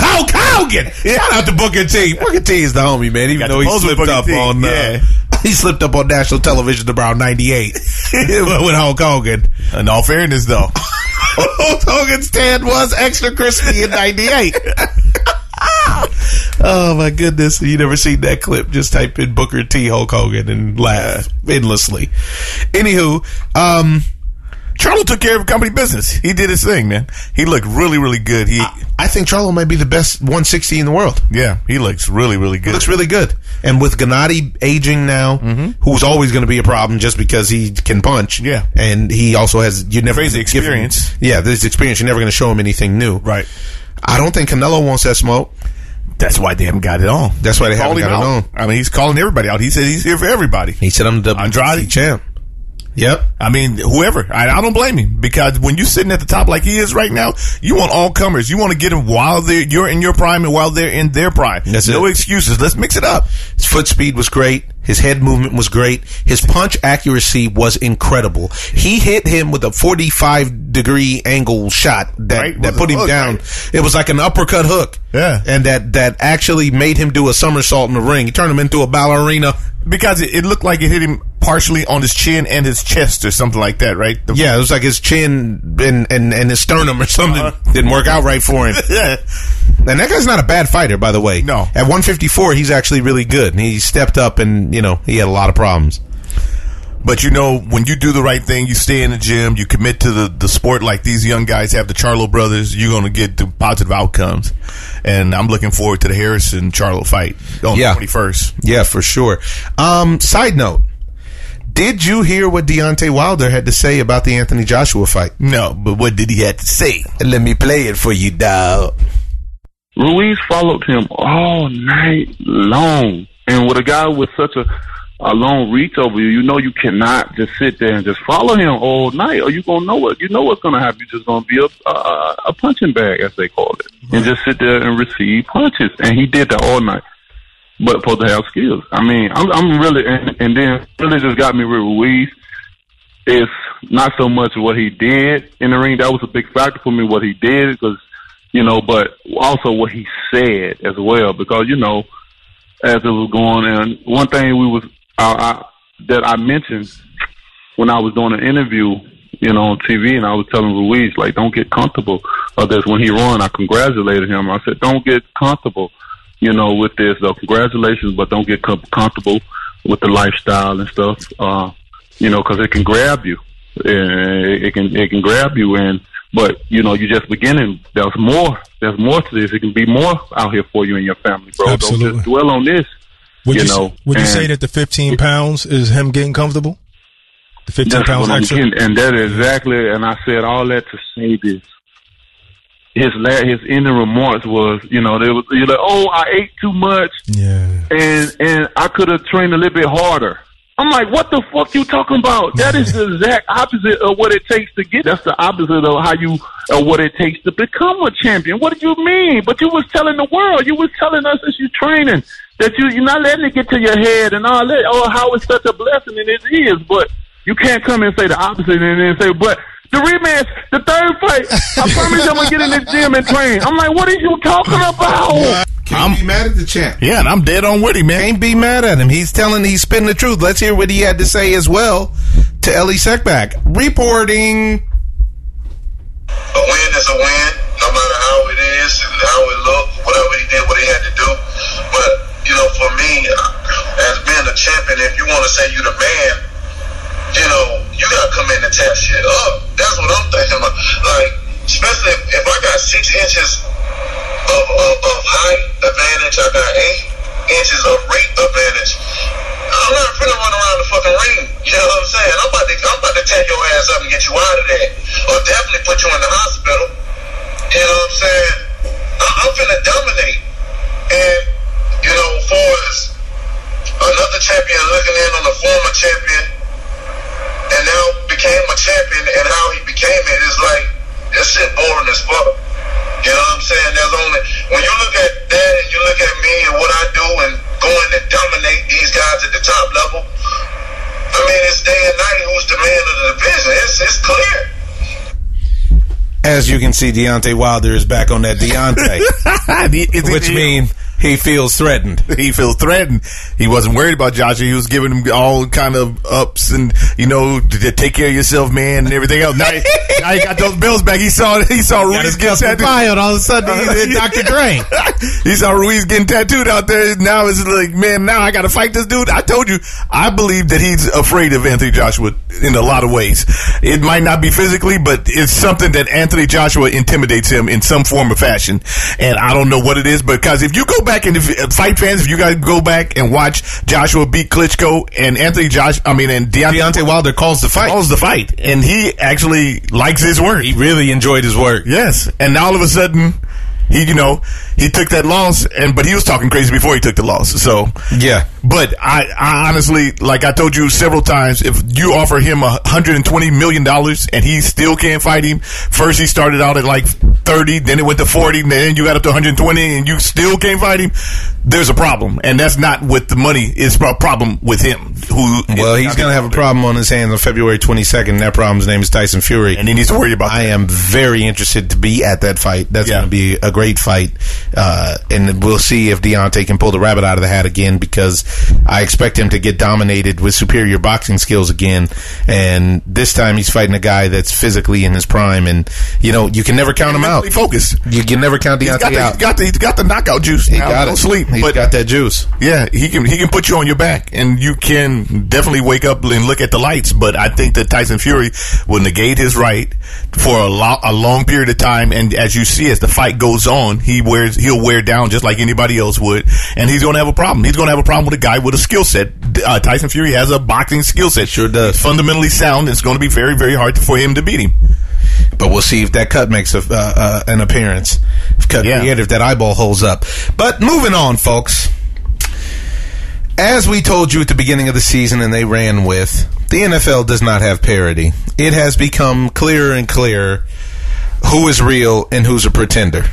Speaker 1: Hulk Hogan. Shout out to Booker T. Booker T is the homie, man. Even
Speaker 2: Got
Speaker 1: though
Speaker 2: the
Speaker 1: he
Speaker 2: most with
Speaker 1: slipped
Speaker 2: Booker
Speaker 1: up
Speaker 2: T,
Speaker 1: on,
Speaker 2: yeah.
Speaker 1: uh, he slipped up on national television around '98 with Hulk Hogan.
Speaker 2: In all fairness, though,
Speaker 1: Hulk Hogan's stand was extra crispy in '98. oh my goodness! You never seen that clip? Just type in Booker T. Hulk Hogan and laugh endlessly. Anywho, um,
Speaker 2: Charlo took care of company business. He did his thing, man. He looked really, really good. He,
Speaker 1: I think Charlo might be the best 160 in the world.
Speaker 2: yeah, he looks really, really good.
Speaker 1: It looks really good. And with Gennady aging now, who's always going to be a problem just because he can punch.
Speaker 2: Mm-hmm. Yeah.
Speaker 1: And he also has you never
Speaker 2: Crazy
Speaker 1: give him-
Speaker 2: experience.
Speaker 1: yeah, this experience you're never going to show him anything new.
Speaker 2: Right.
Speaker 1: I don't think Canelo wants that smoke.
Speaker 2: That's why they haven't got it on.
Speaker 1: That's why they
Speaker 2: Called
Speaker 1: haven't
Speaker 2: him
Speaker 1: got it
Speaker 2: out. I mean, he's calling everybody out. He said he's here for everybody.
Speaker 1: He said I'm the
Speaker 2: Andrade?
Speaker 1: WBC champ. Yep.
Speaker 2: I mean, whoever. I, I don't blame him because when you're sitting at the top like he is right now, you want all comers. You want to get them while they're you're in your prime and while they're in their prime.
Speaker 1: That's
Speaker 2: no
Speaker 1: it.
Speaker 2: excuses. Let's mix it up.
Speaker 1: His foot speed was great. His head movement was great. His punch accuracy was incredible. He hit him with a 45 degree angle shot that,
Speaker 2: Right,
Speaker 1: that
Speaker 2: was
Speaker 1: put
Speaker 2: a
Speaker 1: him
Speaker 2: hook,
Speaker 1: down.
Speaker 2: right?
Speaker 1: It was like an uppercut hook.
Speaker 2: Yeah.
Speaker 1: And that, that actually made him do a somersault in the ring. He turned him into a ballerina.
Speaker 2: Because it, it looked like it hit him partially on his chin and his chest or something like that, right? The-
Speaker 1: Yeah, it was like his chin and, and, and his sternum or something. Didn't work out right for him.
Speaker 2: Uh-huh. yeah.
Speaker 1: And that guy's not a bad fighter, by the way.
Speaker 2: No.
Speaker 1: At 154, he's actually really good. And he stepped up and, you know, he had a lot of problems.
Speaker 2: But you know, when you do the right thing, you stay in the gym, you commit to the, the sport like these young guys have, the Charlo brothers, you're going to get the positive outcomes. And I'm looking forward to the Harrison Charlo fight on
Speaker 1: Yeah.
Speaker 2: the 21st.
Speaker 1: Yeah, for sure. Um, side note. Did you hear what Deontay Wilder had to say about the Anthony Joshua fight?
Speaker 2: No, but what did he have to say?
Speaker 1: Let me play it for you, dog.
Speaker 7: Ruiz followed him all night long. And with a guy with such a, a long reach over you, you know you cannot just sit there and just follow him all night, or you gonna know what you know what's gonna happen. You're just gonna be a a, a punching bag, as they call it, and just sit there and receive punches. And he did that all night but supposed to have skills. I mean, I'm, I'm really, and, and then really just got me with Ruiz. It's not so much what he did in the ring. That was a big factor for me, what he did, because, you know, but also what he said as well, because, you know, as it was going on, one thing we was, I, I, that I mentioned when I was doing an interview, you know, on TV, and I was telling Ruiz, like, don't get comfortable. Or this, when he won, I congratulated him. I said, don't get comfortable, you know, with this. So congratulations, but don't get com- comfortable with the lifestyle and stuff, uh, you know, because it can grab you. Uh, It can it can grab you, and but you know, you're just beginning. There's more. There's more to this. It can be more out here for you and your family, bro. Don't
Speaker 8: Absolutely.
Speaker 7: just dwell on this.
Speaker 8: Would you,
Speaker 7: you
Speaker 8: s-
Speaker 7: know,
Speaker 8: would you
Speaker 7: and-
Speaker 8: say that the 15 pounds is him getting comfortable? The 15
Speaker 7: That's
Speaker 8: pounds
Speaker 7: what I'm
Speaker 8: extra.
Speaker 7: getting, and that is exactly. And I said all that to say this. His la- his ending remarks was, you know, they was you're like, oh, I ate too much,
Speaker 8: Yeah.
Speaker 7: and and I could have trained a little bit harder. I'm like, what the fuck you talking about? That is the exact opposite of what it takes to get. That's the opposite of how you, of what it takes to become a champion. What do you mean? But you was telling the world, you was telling us as you training that you you're not letting it get to your head and all that. Oh, how it's such a blessing, and it is. But you can't come and say the opposite and then say, but the rematch, the third fight. I promise you I'm gonna get in the gym and train. I'm like, what are you talking about?
Speaker 1: Can't be mad at the champ.
Speaker 2: Yeah, and I'm dead on with him, man.
Speaker 1: Can't be mad at him. He's telling, he's spitting the truth. Let's hear what he had to say as well to Ellie Sekback. Reporting.
Speaker 9: A win is a win, no matter how it is, how it looked, whatever he did, what he had to do. But, you know, for me, as being a champion, if you want to say you the man, you know, you got to come in and tear shit up. That's what I'm thinking. Like, like especially if, if I got six inches of, of, of height advantage, I got eight inches of rate advantage. I'm not finna run around the fucking ring. You know what I'm saying? I'm about to I'm about to tear your ass up and get you out of there, or definitely put you in the hospital. You know what I'm saying? I, I'm finna dominate. And you know, far as another champion looking in on a former champion, and now became a champion, and how he became it is like this shit boring as fuck. You know what I'm saying? There's only when you look at that and you look at me and what I do and going to dominate these guys at the top level. I mean, it's day and night who's the man of the division. It's it's clear.
Speaker 1: As you can see, Deontay Wilder is back on that Deontay, which means he feels threatened.
Speaker 2: he feels threatened. He wasn't worried about Joshua. He was giving him all kind of ups and you know, d- d- take care of yourself, man, and everything else. Now, he- now he got those bills back. He saw he saw Ruiz getting tattooed.
Speaker 1: all of a sudden Dre.
Speaker 2: he saw Ruiz getting tattooed out there. Now it's like, man, now I got to fight this dude. I told you, I believe that he's afraid of Anthony Joshua in a lot of ways. It might not be physically, but it's something that Anthony Joshua intimidates him in some form or fashion. And I don't know what it is because if you go back and if, uh, fight fans, if you guys go back and watch Joshua beat Klitschko and Anthony Josh, I mean, and Deontay,
Speaker 1: Deontay Wilder calls the fight.
Speaker 2: calls the fight, and he actually likes his work.
Speaker 1: He really enjoyed his work.
Speaker 2: Yes, and now all of a sudden, He, you know, he took that loss, and but he was talking crazy before he took the loss. So
Speaker 1: Yeah.
Speaker 2: but I, I honestly, like I told you several times, if you offer him a hundred and twenty million dollars and he still can't fight him, first he started out at like thirty, then it went to forty, and then you got up to one hundred and twenty, and you still can't fight him. There's a problem, and that's not with the money. It's a problem with him. Who
Speaker 1: Well, he's going to have a problem on his hands on February 22nd. That problem's name is Tyson Fury.
Speaker 2: and he needs to worry about.
Speaker 1: I
Speaker 2: that.
Speaker 1: am very interested to be at that fight. That's
Speaker 2: Yeah.
Speaker 1: going to be a great fight, uh, and we'll see if Deontay can pull the rabbit out of the hat again because I expect him to get dominated with superior boxing skills again. And this time, he's fighting a guy that's physically in his prime, and you know you can never count him out.
Speaker 2: Mentally focused.
Speaker 1: You can never count
Speaker 2: He's got
Speaker 1: Deontay
Speaker 2: the,
Speaker 1: out.
Speaker 2: he's got the he's got the knockout juice.
Speaker 1: He
Speaker 2: now.
Speaker 1: got
Speaker 2: Don't
Speaker 1: it.
Speaker 2: sleep.
Speaker 1: He's
Speaker 2: but
Speaker 1: got that juice.
Speaker 2: Yeah, he can he can put you on your back, and you can definitely wake up and look at the lights. But I think that Tyson Fury will negate his right for a, lo- a long period of time, and as you see, as the fight goes on, he wears he'll wear down just like anybody else would, and he's going to have a problem. He's going to have a problem with a guy with a skill set. Uh, Tyson Fury has a boxing skill set,
Speaker 1: Sure does.
Speaker 2: fundamentally sound. It's going to be very very hard for him to beat him.
Speaker 1: but we'll see if that cut makes a, uh, uh, an appearance. If cut
Speaker 2: Yeah.
Speaker 1: yeah. if that eyeball holds up. But moving on, folks. As we told you at the beginning of the season, and they ran with the NFL does not have parity. It has become clearer and clearer who is real and who's a pretender.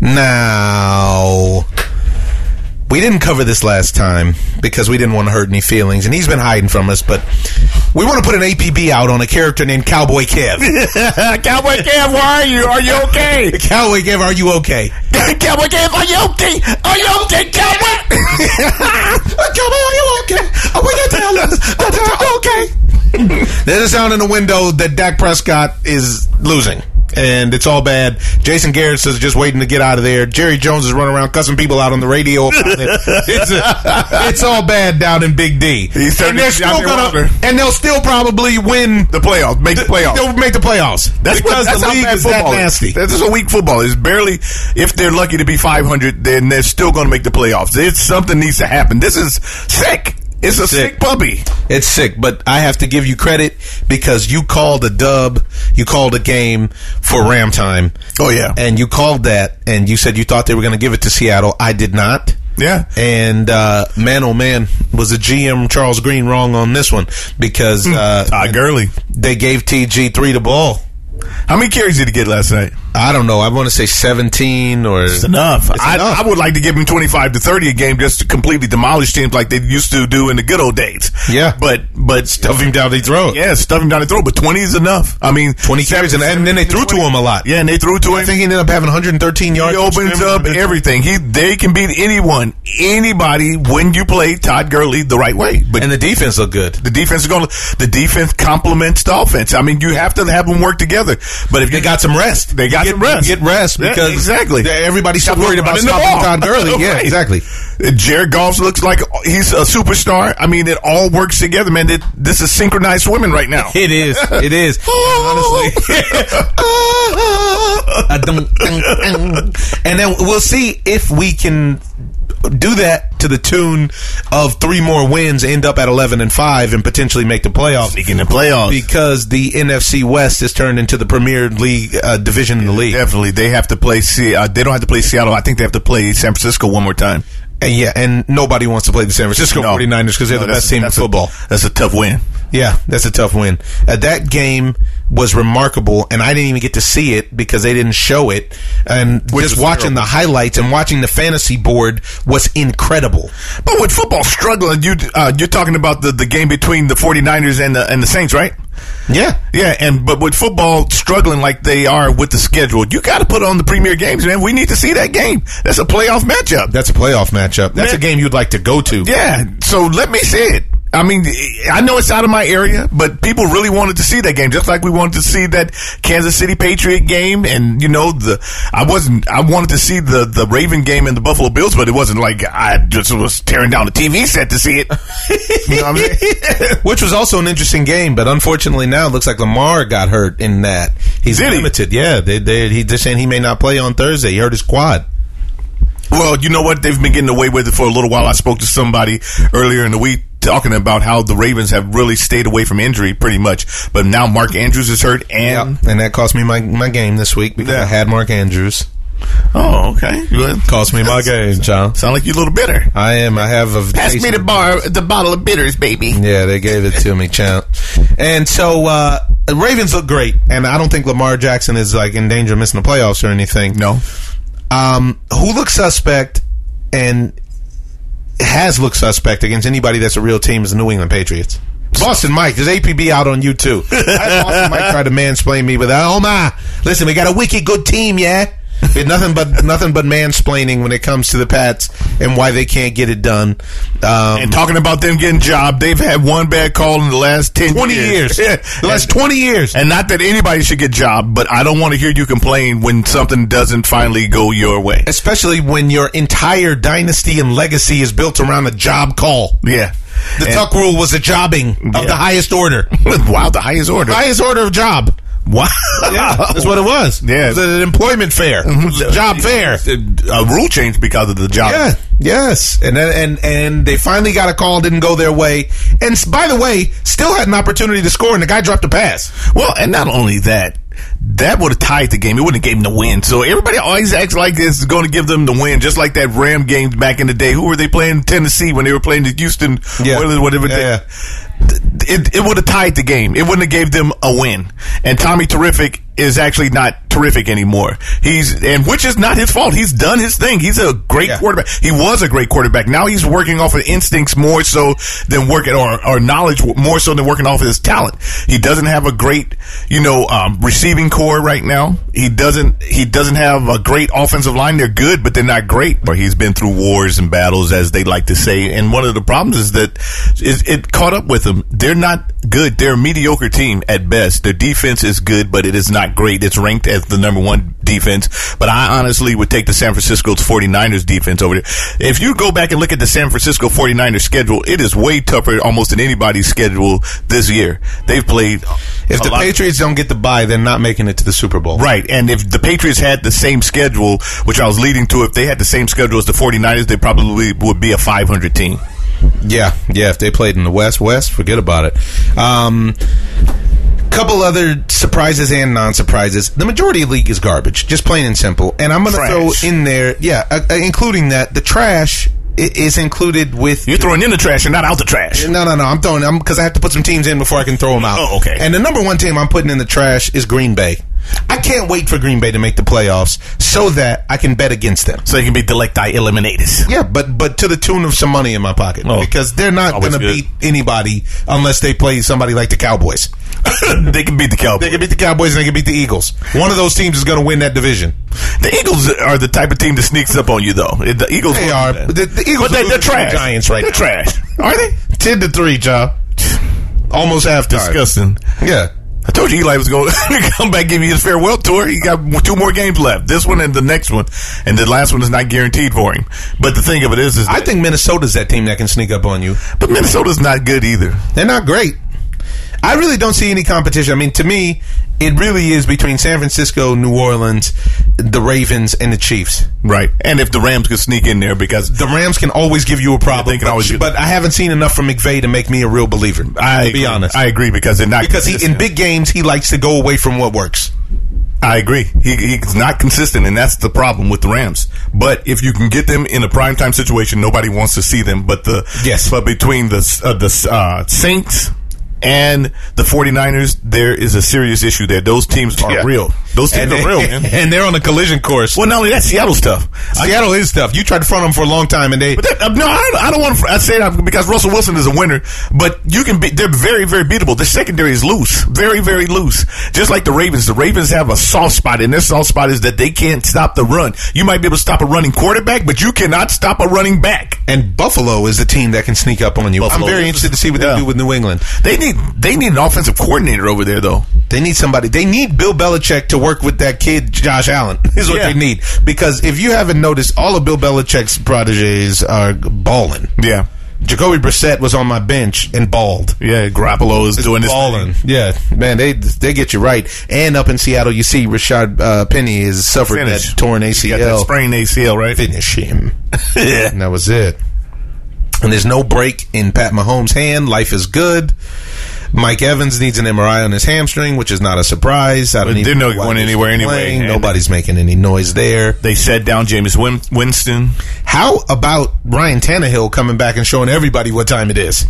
Speaker 1: Now, we didn't cover this last time because we didn't want to hurt any feelings, and he's been hiding from us. But we want to put an APB out on a character named Cowboy Kev.
Speaker 2: Cowboy Cam, where are you? Are you okay?
Speaker 1: Cowboy Kev, are you okay?
Speaker 2: Cowboy Cam, are you okay? Are you okay, Cowboy?
Speaker 1: Cowboy, are you okay? Oh, we got okay. There's a sound in the window that Dak Prescott is losing. And it's all bad. Jason Garrett is just waiting to get out of there. Jerry Jones is running around cussing people out on the radio. About it. It's, a- it's all bad down in Big D.
Speaker 2: He's turning
Speaker 1: and, they're still
Speaker 2: Deontay Wilder.
Speaker 1: gonna, and they'll still probably win
Speaker 2: The playoffs, make the playoffs.
Speaker 1: They'll make the playoffs.
Speaker 2: That's
Speaker 1: because
Speaker 2: what, that's
Speaker 1: the
Speaker 2: how
Speaker 1: league
Speaker 2: bad
Speaker 1: is that
Speaker 2: football
Speaker 1: nasty.
Speaker 2: Is. That's just a weak football. It's barely if they're lucky to be 500, then they're still going to make the playoffs. It's something needs to happen. This is sick. It's a sick,
Speaker 1: Sick.
Speaker 2: puppy.
Speaker 1: It's sick, but I have to give you credit because you called a dub, you called a game for Ram time.
Speaker 2: Oh, yeah.
Speaker 1: and you called that, and you said you thought they were going to give it to Seattle. I did not.
Speaker 2: Yeah.
Speaker 1: and uh, man, oh man, was the GM Charles Green wrong on this one because uh,
Speaker 2: Hmm. Todd Gurley.
Speaker 1: they gave TG three the ball.
Speaker 2: How many carries did he get last night?
Speaker 1: I don't know. I want to say seventeen or
Speaker 2: enough. I,
Speaker 1: enough.
Speaker 2: I would like to give him 25 to 30 a game just to completely demolish teams like they used to do in the good old days.
Speaker 1: Yeah.
Speaker 2: But, but
Speaker 1: stuff him down the throat.
Speaker 2: Yeah, stuff him down the throat, but 20 is enough. I mean,
Speaker 1: twenty carries, and, and then they threw to him a lot.
Speaker 2: Yeah, and they threw to him.
Speaker 1: I think he ended up having 113 yards.
Speaker 2: He opens up everything. He they can beat anyone, anybody when you play Todd Gurley the right way. But
Speaker 1: and the defense looked good.
Speaker 2: the defense is going to the defense complements the offense. I mean, you have to have them work together. But if
Speaker 1: They
Speaker 2: you
Speaker 1: got some rest.
Speaker 2: They got
Speaker 1: get,
Speaker 2: some rest.
Speaker 1: Get rest
Speaker 2: Yeah,
Speaker 1: because
Speaker 2: exactly.
Speaker 1: they- everybody's so
Speaker 2: Stop
Speaker 1: worried about
Speaker 2: running the
Speaker 1: stopping
Speaker 2: ball.
Speaker 1: Todd Gurley. Yeah,
Speaker 2: Right.
Speaker 1: exactly.
Speaker 2: Jared Goff looks like he's a superstar. I mean, it all works together, man. It, this is synchronized swimming right now.
Speaker 1: It is. It is.
Speaker 2: Oh,
Speaker 1: I don't- and then we'll see if we can do that to the tune of three more wins, end up at 11 and 5, and potentially make the playoffs.
Speaker 2: Speaking of playoffs.
Speaker 1: Because the NFC West has turned into the premier league uh, division in the league.
Speaker 2: Definitely, they have to play. Se- uh, they don't have to play Seattle. I think they have to play San Francisco one more time.
Speaker 1: And yeah, and nobody wants to play the San Francisco
Speaker 2: No.
Speaker 1: 49ers because they're
Speaker 2: No,
Speaker 1: the
Speaker 2: that's-
Speaker 1: best team in
Speaker 2: that's a-
Speaker 1: football.
Speaker 2: that's a tough win.
Speaker 1: Yeah, that's a tough win. Uh, that game was remarkable, and I didn't even get to see it because they didn't show it. And just watching the highlights and watching the fantasy board was incredible.
Speaker 2: But with football struggling, you uh, you're talking about the, the game between the 49ers and the and the Saints, right?
Speaker 1: Yeah.
Speaker 2: Yeah, and but with football struggling like they are with the schedule, you got to put on the premier games, man. We need to see that game. That's a playoff matchup.
Speaker 1: That's a playoff matchup. That's a
Speaker 2: Man.
Speaker 1: game you'd like to go to.
Speaker 2: yeah, so let me see it. I mean, I know it's out of my area, but people really wanted to see that game, just like we wanted to see that Kansas City Patriot game, and you know the I wasn't I wanted to see the the Raven game and the Buffalo Bills, but it wasn't like I just was tearing down the TV set to see it. you know what I'm saying?
Speaker 1: Which was also an interesting game, but unfortunately now it looks like Lamar got hurt in that. He's
Speaker 2: Did he?
Speaker 1: limited. Yeah, they, they, he, they're saying he may not play on Thursday. He hurt his quad.
Speaker 2: Well, you know what? They've been getting away with it for a little while. I spoke to somebody earlier in the week talking about how the Ravens have really stayed away from injury pretty much. But now Mark Andrews is hurt and
Speaker 1: And that cost me my, my game this week because
Speaker 2: Yeah.
Speaker 1: I had Mark Andrews.
Speaker 2: Oh, okay. Well,
Speaker 1: Cost me my game, John.
Speaker 2: sound like you a little bitter.
Speaker 1: I am. I have a.
Speaker 2: Pass me the bar, the bottle of bitters, baby.
Speaker 1: Yeah, they gave it to me, champ. And so uh, the Ravens look great, and I don't think Lamar Jackson is like in danger of missing the playoffs or anything.
Speaker 2: No.
Speaker 1: Um, who looks suspect and has looked suspect against anybody that's a real team is the New England Patriots. Boston Mike, there's APB out on you too. I had Boston Mike tried to mansplain me, but oh my, listen, we got a wicked good team, yeah. It's nothing but nothing but mansplaining when it comes to the Pats and why they can't get it done. Um,
Speaker 2: And talking about them getting job, they've had one bad call in the last ten,
Speaker 1: 20 years.
Speaker 2: Yeah,
Speaker 1: The last 20 years.
Speaker 2: And not that anybody should get job, but I don't want to hear you complain when something doesn't finally go your way.
Speaker 1: Especially when your entire dynasty and legacy is built around a job call.
Speaker 2: Yeah,
Speaker 1: The
Speaker 2: And-
Speaker 1: Tuck rule was a jobbing of
Speaker 2: Yeah.
Speaker 1: the highest order.
Speaker 2: wow, the highest order.
Speaker 1: highest order of job.
Speaker 2: Wow,
Speaker 1: That's what it was.
Speaker 2: Yeah.
Speaker 1: It was an employment fair. job fair.
Speaker 2: A rule change because of the job.
Speaker 1: Yeah. Yes. And then, and and they finally got a call, didn't go their way, and s- by the way, still had an opportunity to score, and the guy dropped a pass.
Speaker 2: Well, and not only that, that would have tied the game. It wouldn't have gave them the win. So everybody always acts like it's going to give them the win, just like that Ram game back in the day. Who were they playing? Tennessee when they were playing the Houston
Speaker 1: Yeah.
Speaker 2: Oilers, whatever. they-
Speaker 1: Yeah.
Speaker 2: It, it would have tied the game. It wouldn't have gave them a win. And Tommy Terrific is actually not terrific anymore. He's and which is not his fault. He's done his thing. He's a great
Speaker 1: Yeah.
Speaker 2: quarterback. He was a great quarterback. Now he's working off of instincts more so than working or, or knowledge more so than working off of his talent. He doesn't have a great, you know, um, receiving core right now. He doesn't he doesn't have a great offensive line. They're good, but they're not great. But he's been through wars and battles, as they like to say. And one of the problems is that it, it caught up with them. They're not good. They're a mediocre team at best. Their defense is good, but it is not great. It's ranked as the number one defense. But I honestly would take the San Francisco 49ers defense over there. If you go back and look at the San Francisco 49ers schedule, it is way tougher almost than anybody's schedule this year. They've played
Speaker 1: If
Speaker 2: a
Speaker 1: the
Speaker 2: lot-
Speaker 1: Patriots don't get the bye, they're not making it to the Super Bowl.
Speaker 2: Right. And if the Patriots had the same schedule, which I was leading to, if they had the same schedule as the 49ers, they probably would be a 500 team.
Speaker 1: Yeah, yeah. If they played in the West, West, forget about it. Um, couple other surprises and non-surprises. The majority of league is garbage, just plain and simple. And I'm going to
Speaker 2: Trash.
Speaker 1: throw in there, yeah, uh, uh, including that the trash i- is included with.
Speaker 2: You're throwing in the trash and not out the trash.
Speaker 1: no, no, no. I'm throwing. I'm because I have to put some teams in before I can throw them out.
Speaker 2: Oh, okay.
Speaker 1: And the number one team I'm putting in the trash is Green Bay. I can't wait for Green Bay to make the playoffs so that I can bet against them.
Speaker 2: So you can be delecti eliminated.
Speaker 1: Yeah, but but to the tune of some money in my pocket
Speaker 2: Oh.
Speaker 1: because they're not
Speaker 2: Always
Speaker 1: going to
Speaker 2: good.
Speaker 1: beat anybody unless they play somebody like the Cowboys.
Speaker 2: they can beat the Cowboys.
Speaker 1: They can beat the Cowboys and they can beat the Eagles. One of those teams is going to win that division.
Speaker 2: The Eagles are the type of team that sneaks up on you, though. The Eagles
Speaker 1: They are. The, the Eagles
Speaker 2: but
Speaker 1: are
Speaker 2: they, they're
Speaker 1: losing to the
Speaker 2: trash.
Speaker 1: Giants right
Speaker 2: they're
Speaker 1: now.
Speaker 2: trash. Are they?
Speaker 1: Ten to three, job. Almost half time.
Speaker 2: Disgusting.
Speaker 1: Yeah.
Speaker 2: I told you Eli was going to come back give you his farewell tour. He got two more games left. This one and the next one, and the last one is not guaranteed for him. But the thing of it is, is
Speaker 1: I think Minnesota's that team that can sneak up on you.
Speaker 2: but Minnesota's not good either.
Speaker 1: They're not great. I really don't see any competition. I mean, to me, it really is between San Francisco, New Orleans, the Ravens, and the Chiefs.
Speaker 2: Right. And if the Rams could sneak in there, because
Speaker 1: the Rams can always give you a problem.
Speaker 2: they can always do
Speaker 1: but, but I haven't seen enough from McVay to make me a real believer.
Speaker 2: I
Speaker 1: to be
Speaker 2: agree.
Speaker 1: honest,
Speaker 2: I agree because they're not
Speaker 1: because he in
Speaker 2: consistent.
Speaker 1: big games he likes to go away from what works.
Speaker 2: I agree. He, he's not consistent, and that's the problem with the Rams. But if you can get them in a primetime situation, nobody wants to see them. But the
Speaker 1: Yes.
Speaker 2: but between the uh, the uh, Saints and the 49ers, there is a serious issue there. Those teams are
Speaker 1: Yeah.
Speaker 2: real. Those teams
Speaker 1: And,
Speaker 2: are real, man.
Speaker 1: and they're on a collision course.
Speaker 2: Well, not only that, Seattle's tough. I,
Speaker 1: Seattle is tough. You tried to front them for a long time, and they
Speaker 2: but that, uh, no, I don't, I don't want to. I say that because Russell Wilson is a winner, but you can be. They're very, very beatable. The secondary is loose, very, very loose. Just like the Ravens, the Ravens have a soft spot, and their soft spot is that they can't stop the run. You might be able to stop a running quarterback, but you cannot stop a running back.
Speaker 1: and Buffalo is the team that can sneak up on you.
Speaker 2: Buffalo.
Speaker 1: I'm very interested to see what
Speaker 2: Yeah.
Speaker 1: they do with New England.
Speaker 2: They need they need an offensive coordinator over there, though.
Speaker 1: They need somebody. They need Bill Belichick to work with that kid, Josh Allen, is what
Speaker 2: Yeah.
Speaker 1: they need. Because if you haven't noticed, all of Bill Belichick's proteges are balling.
Speaker 2: Yeah,
Speaker 1: Jacoby Brissett was on my bench and balled.
Speaker 2: yeah. Garoppolo is doing this.
Speaker 1: Ballin'. Yeah, man, they they get you right. And up in Seattle, you see Rashad uh, Penny has suffered
Speaker 2: Finish.
Speaker 1: that torn
Speaker 2: He got that
Speaker 1: ACL.
Speaker 2: sprained ACL, right?
Speaker 1: Finish him,
Speaker 2: yeah.
Speaker 1: and that was it. And there's no break in Pat Mahomes' hand. Life is good. Mike Evans needs an MRI on his hamstring, which is not a surprise. I don't
Speaker 2: But
Speaker 1: even
Speaker 2: they're not
Speaker 1: know why
Speaker 2: going
Speaker 1: he's
Speaker 2: anywhere anyway,
Speaker 1: playing.
Speaker 2: and-
Speaker 1: Nobody's making any noise there.
Speaker 2: They set down Jameis Win- Winston.
Speaker 1: How about Ryan Tannehill coming back and showing everybody what time it is?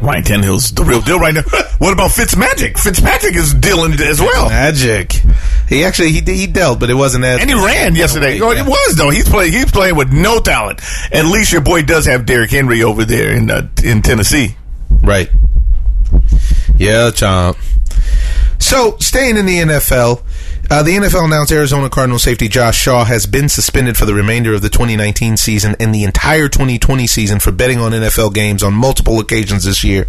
Speaker 2: Ryan Tannehill's the real deal right now. What about Fitzmagic? Fitzmagic is dealing it as well.
Speaker 1: Magic. He actually he he dealt, but it wasn't as
Speaker 2: And he ran yesterday.
Speaker 1: No way,
Speaker 2: Oh,
Speaker 1: yeah.
Speaker 2: it was though. He's playing. He's playing with no talent. At least your boy does have Derrick Henry over there in uh, in Tennessee.
Speaker 1: Right. Yeah, chomp. So, staying in the NFL, uh, the NFL announced Arizona Cardinal safety Josh Shaw has been suspended for the remainder of the 2019 season and the entire 2020 season for betting on NFL games on multiple occasions this year.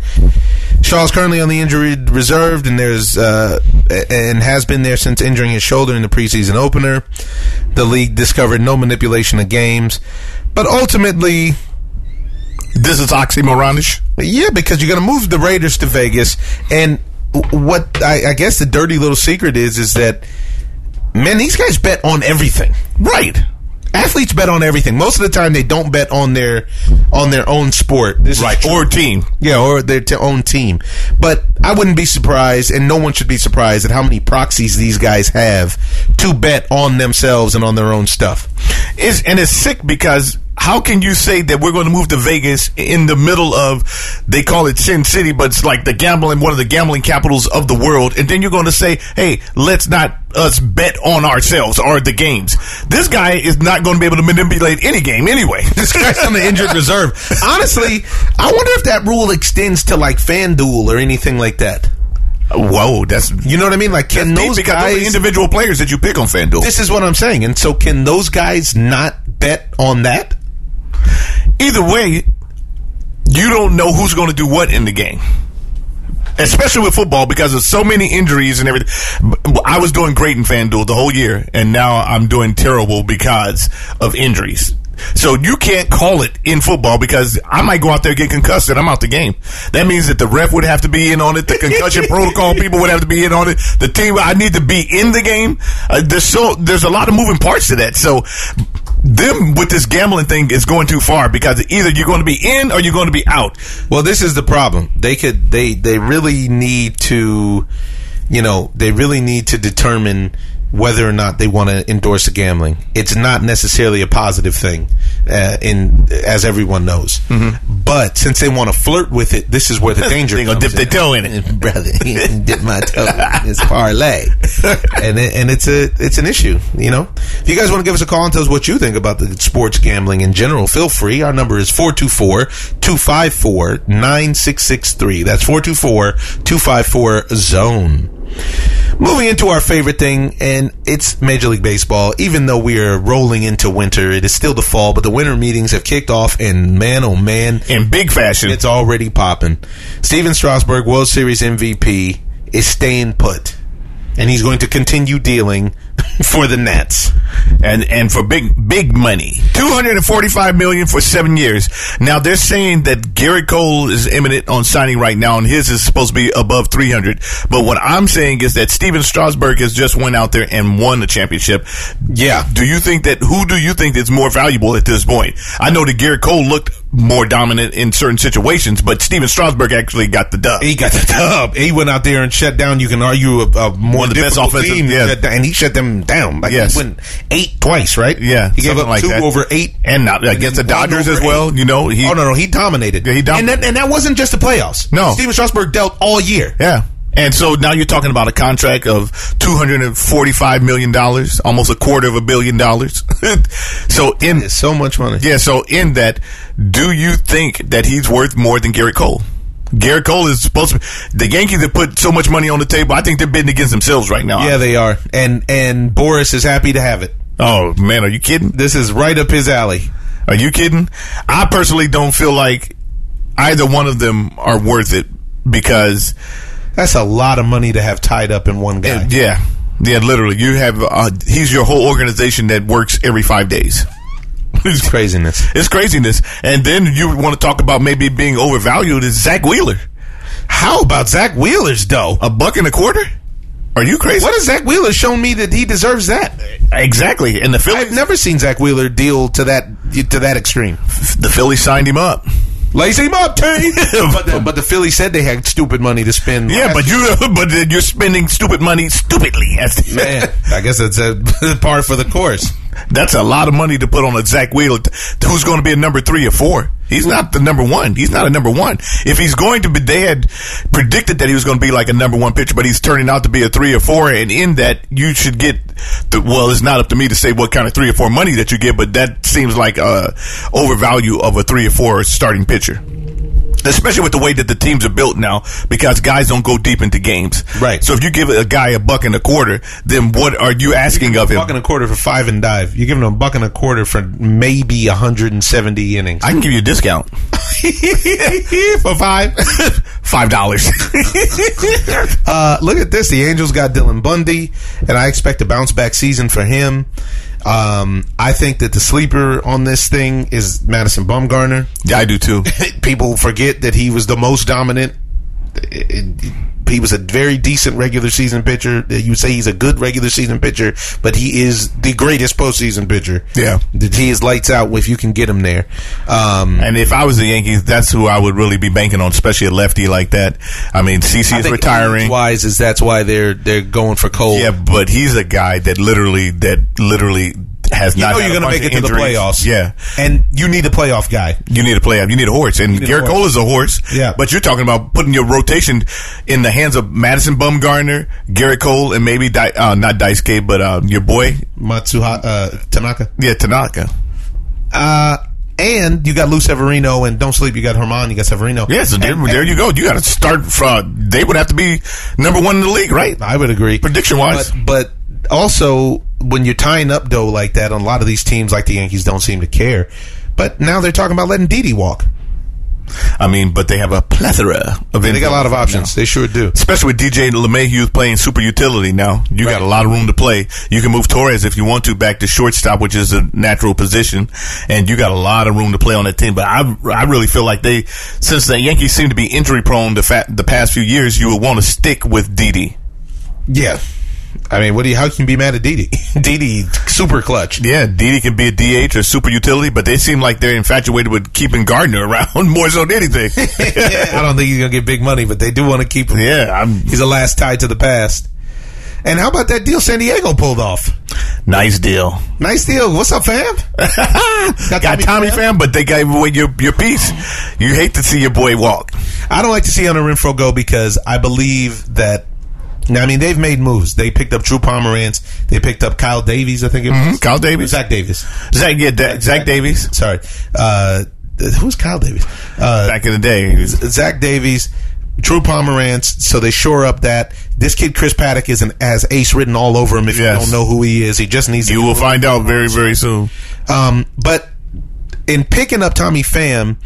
Speaker 1: Shaw is currently on the injury reserved and there's uh, a- and has been there since injuring his shoulder in the preseason opener. The league discovered no manipulation of games, but ultimately.
Speaker 2: This is oxymoronish.
Speaker 1: Yeah, because you're going to move the Raiders to Vegas, and w- what I, I guess the dirty little secret is is that man, these guys bet on everything.
Speaker 2: Right.
Speaker 1: Athletes bet on everything. Most of the time, they don't bet on their on their own sport. This is
Speaker 2: Right.
Speaker 1: true.
Speaker 2: Or team.
Speaker 1: Yeah, or their t- own team. But I wouldn't be surprised, and no one should be surprised at how many proxies these guys have to bet on themselves and on their own stuff.
Speaker 2: It's, and it's sick because how can you say that we're going to move to Vegas in the middle of they call it Sin City, but it's like the gambling one of the gambling capitals of the world, and then you're going to say, hey, let's not us bet on ourselves or the games. This guy is not going to be able to manipulate any game anyway.
Speaker 1: this guy's on the injured reserve. Honestly, I wonder if that rule extends to like FanDuel or anything like that.
Speaker 2: Whoa, that's
Speaker 1: You know what I mean? Like, can
Speaker 2: deep
Speaker 1: those
Speaker 2: because those are
Speaker 1: guys?
Speaker 2: individual players that you pick on FanDuel.
Speaker 1: This is what I'm saying, and so can those guys not bet on that?
Speaker 2: either way, you don't know who's going to do what in the game. Especially with football because of so many injuries and everything. B- I was doing great in FanDuel the whole year, and now I'm doing terrible because of injuries. So you can't call it in football because I might go out there and get concussed and I'm out the game. That means that the ref would have to be in on it, the concussion protocol people would have to be in on it, the team I need to be in the game. Uh, there's so there's a lot of moving parts to that. So them with this gambling thing is going too far because either you're going to be in or you're going to be out.
Speaker 1: Well, this is the problem. They could they they really need to, you know, they really need to determine whether or not they want to endorse the gambling. It's not necessarily a positive thing, uh, in as everyone knows. But since they want to flirt with it, this is where the danger.
Speaker 2: Mm-hmm. They gonna
Speaker 1: comes
Speaker 2: dip
Speaker 1: in.
Speaker 2: their toe in it.
Speaker 1: brother. dip my toe in this parlay, and it, and it's a it's an issue. You know, if you guys want to give us a call and tell us what you think about the sports gambling in general, feel free. Our number is 424-254-9663. That's 424-254-zone. Moving into our favorite thing, and it's Major League Baseball. Even though we are rolling into winter, it is still the fall, but the winter meetings have kicked off, and man, oh man,
Speaker 2: in big fashion.
Speaker 1: it's already popping. Steven Strasburg, World Series MVP, is staying put. And he's going to continue dealing for the Nets.
Speaker 2: and and for big big money, two hundred and forty five million for seven years. Now they're saying that Garrett Cole is imminent on signing right now, and his is supposed to be above three hundred. But what I'm saying is that Steven Strasburg has just went out there and won the championship.
Speaker 1: Yeah.
Speaker 2: Do you think that who do you think is more valuable at this point? I know that Garrett Cole looked more dominant in certain situations, but Steven Strasburg actually got the dub.
Speaker 1: He got the dub. He went out there and shut down. You can argue a, a more
Speaker 2: One of the best
Speaker 1: difficult
Speaker 2: offensive-
Speaker 1: team,
Speaker 2: yeah.
Speaker 1: shut down- and he shut them down. Like
Speaker 2: Yes.
Speaker 1: he went eight twice, right?
Speaker 2: Yeah,
Speaker 1: he gave
Speaker 2: something
Speaker 1: up
Speaker 2: like
Speaker 1: two
Speaker 2: that.
Speaker 1: over eight,
Speaker 2: and not against the
Speaker 1: then one
Speaker 2: Dodgers
Speaker 1: over
Speaker 2: as well.
Speaker 1: eight.
Speaker 2: You know, he
Speaker 1: oh no, no, he dominated.
Speaker 2: Yeah, he dom-
Speaker 1: and that, and that wasn't just the playoffs.
Speaker 2: No.
Speaker 1: Steven Strasburg dealt all year.
Speaker 2: Yeah. And so now you're talking about a contract of $245 million, almost a quarter of a billion dollars. so in,
Speaker 1: It's so much money.
Speaker 2: yeah, so in that, do you think that he's worth more than Garrett Cole? Garrett Cole is supposed to, the Yankees have put so much money on the table. I think they're bidding against themselves right now.
Speaker 1: yeah, they are. And and Boris is happy to have it.
Speaker 2: Oh man, are you kidding?
Speaker 1: This is right up his alley.
Speaker 2: Are you kidding? I personally don't feel like either one of them are worth it because
Speaker 1: That's a lot of money to have tied up in one guy.
Speaker 2: Yeah, yeah, literally. You have uh, he's your whole organization that works every five days.
Speaker 1: It's craziness.
Speaker 2: It's craziness. And then you want to talk about maybe being overvalued is Zach Wheeler,
Speaker 1: How about Zach Wheeler's though?
Speaker 2: a buck and a quarter. Are you crazy?
Speaker 1: What has Zach Wheeler shown me that he deserves that?
Speaker 2: exactly? And the Phillies,
Speaker 1: I've never seen Zach Wheeler deal to that to that extreme.
Speaker 2: the Phillies signed him up. Lace him up, T.
Speaker 1: but, the, but the Phillies said they had stupid money to spend.
Speaker 2: yeah, but you but then you're spending stupid money stupidly. That's,
Speaker 1: man, I guess that's a part for the course.
Speaker 2: that's a lot of money to put on a Zach Wheeler, t- who's going to be a number three or four. He's not the number one. He's not a number one. If he's going to be, they had predicted that he was going to be like a number one pitcher, but he's turning out to be a three or four. And in that, you should get the, well. It's not up to me to say what kind of three or four money that you get, but that seems like a overvalue of a three or four starting pitcher especially with the way that the teams are built now, because guys don't go deep into games.
Speaker 1: Right.
Speaker 2: So if you give a guy a buck and a quarter, then what are you asking of him?
Speaker 1: Buck and a quarter for five and dive. You're giving them a buck and a quarter for maybe 170 innings.
Speaker 2: I can give you a discount for five, five dollars.
Speaker 1: Uh, look at this. The Angels got Dylan Bundy, and I expect a bounce back season for him. Um, I think that the sleeper on this thing is Madison Bumgarner.
Speaker 2: yeah, I do too.
Speaker 1: People forget that he was the most dominant. It- it- He was a very decent regular season pitcher. You would say he's a good regular season pitcher, but he is the greatest postseason pitcher.
Speaker 2: Yeah.
Speaker 1: That he is lights out if you can get him there. Um,
Speaker 2: And if I was the Yankees, that's who I would really be banking on, especially a lefty like that. I mean, CC is retiring.
Speaker 1: Wise is that's why they're they're going for Cole.
Speaker 2: Yeah, but he's a guy that literally that literally has
Speaker 1: You
Speaker 2: not.
Speaker 1: know
Speaker 2: had a
Speaker 1: you're going to
Speaker 2: bunch
Speaker 1: make
Speaker 2: of
Speaker 1: it to the
Speaker 2: injuries.
Speaker 1: playoffs.
Speaker 2: Yeah,
Speaker 1: And you need a playoff guy.
Speaker 2: You need a playoff. You need a horse, and
Speaker 1: a
Speaker 2: Garrett
Speaker 1: horse.
Speaker 2: Cole is a horse.
Speaker 1: Yeah.
Speaker 2: but you're talking about putting your rotation in the hands of Madison Bumgarner, Garrett Cole, and maybe Di- uh, not Dice K, but uh, your boy,
Speaker 1: Matsuha uh, Tanaka.
Speaker 2: yeah, Tanaka.
Speaker 1: Uh, and you got Lou Severino, and don't sleep. You got Herman. You got Severino.
Speaker 2: Yeah, so there, there you go. You got to start. From, they would have to be number one in the league, right?
Speaker 1: I would agree.
Speaker 2: Prediction wise,
Speaker 1: But, but also, when you're tying up dough like that, on a lot of these teams, like the Yankees, don't seem to care. But now they're talking about letting Didi walk.
Speaker 2: I mean, but they have a plethora of.
Speaker 1: They got a lot of options. They sure do.
Speaker 2: especially with DJ LeMahieu playing super utility now. You got a lot of room to play. You can move Torres if you want to back to shortstop, which is a natural position, and you got a lot of room to play on that team. But I, I really feel like they, since the Yankees seem to be injury prone the fa- the past few years, you would want to stick with Didi.
Speaker 1: Yeah. I mean, what do you? How can you be mad at Didi? Didi super clutch.
Speaker 2: Yeah, Didi can be a DH or super utility, but they seem like they're infatuated with keeping Gardner around more so than anything.
Speaker 1: I don't think he's gonna get big money, but they do want to keep him.
Speaker 2: yeah, I'm
Speaker 1: He's a last tie to the past. And how about that deal San Diego pulled off?
Speaker 2: nice deal.
Speaker 1: Nice deal. What's up, fam?
Speaker 2: Got, Tommy Pham, but they gave away your your piece. You hate to see your boy walk.
Speaker 1: I don't like to see Hunter Renfro go because I believe that. Now, I mean, they've made moves. They picked up Drew Pomeranz. They picked up Kyle Davies. I think it was
Speaker 2: Mhm, Kyle Davies.
Speaker 1: Zach Davis.
Speaker 2: Zach, yeah, Da- Zach Davies.
Speaker 1: Sorry, uh, th- who's Kyle Davies? Uh,
Speaker 2: Back in the day, he was-
Speaker 1: Zach Davies, Drew Pomeranz. So they shore up that this kid Chris Paddock is an as ace written all over him. If
Speaker 2: Yes.
Speaker 1: you don't know who he is, he just needs. to
Speaker 2: you
Speaker 1: get a
Speaker 2: will
Speaker 1: little
Speaker 2: find out very, very soon.
Speaker 1: Um, but in picking up Tommy Pham,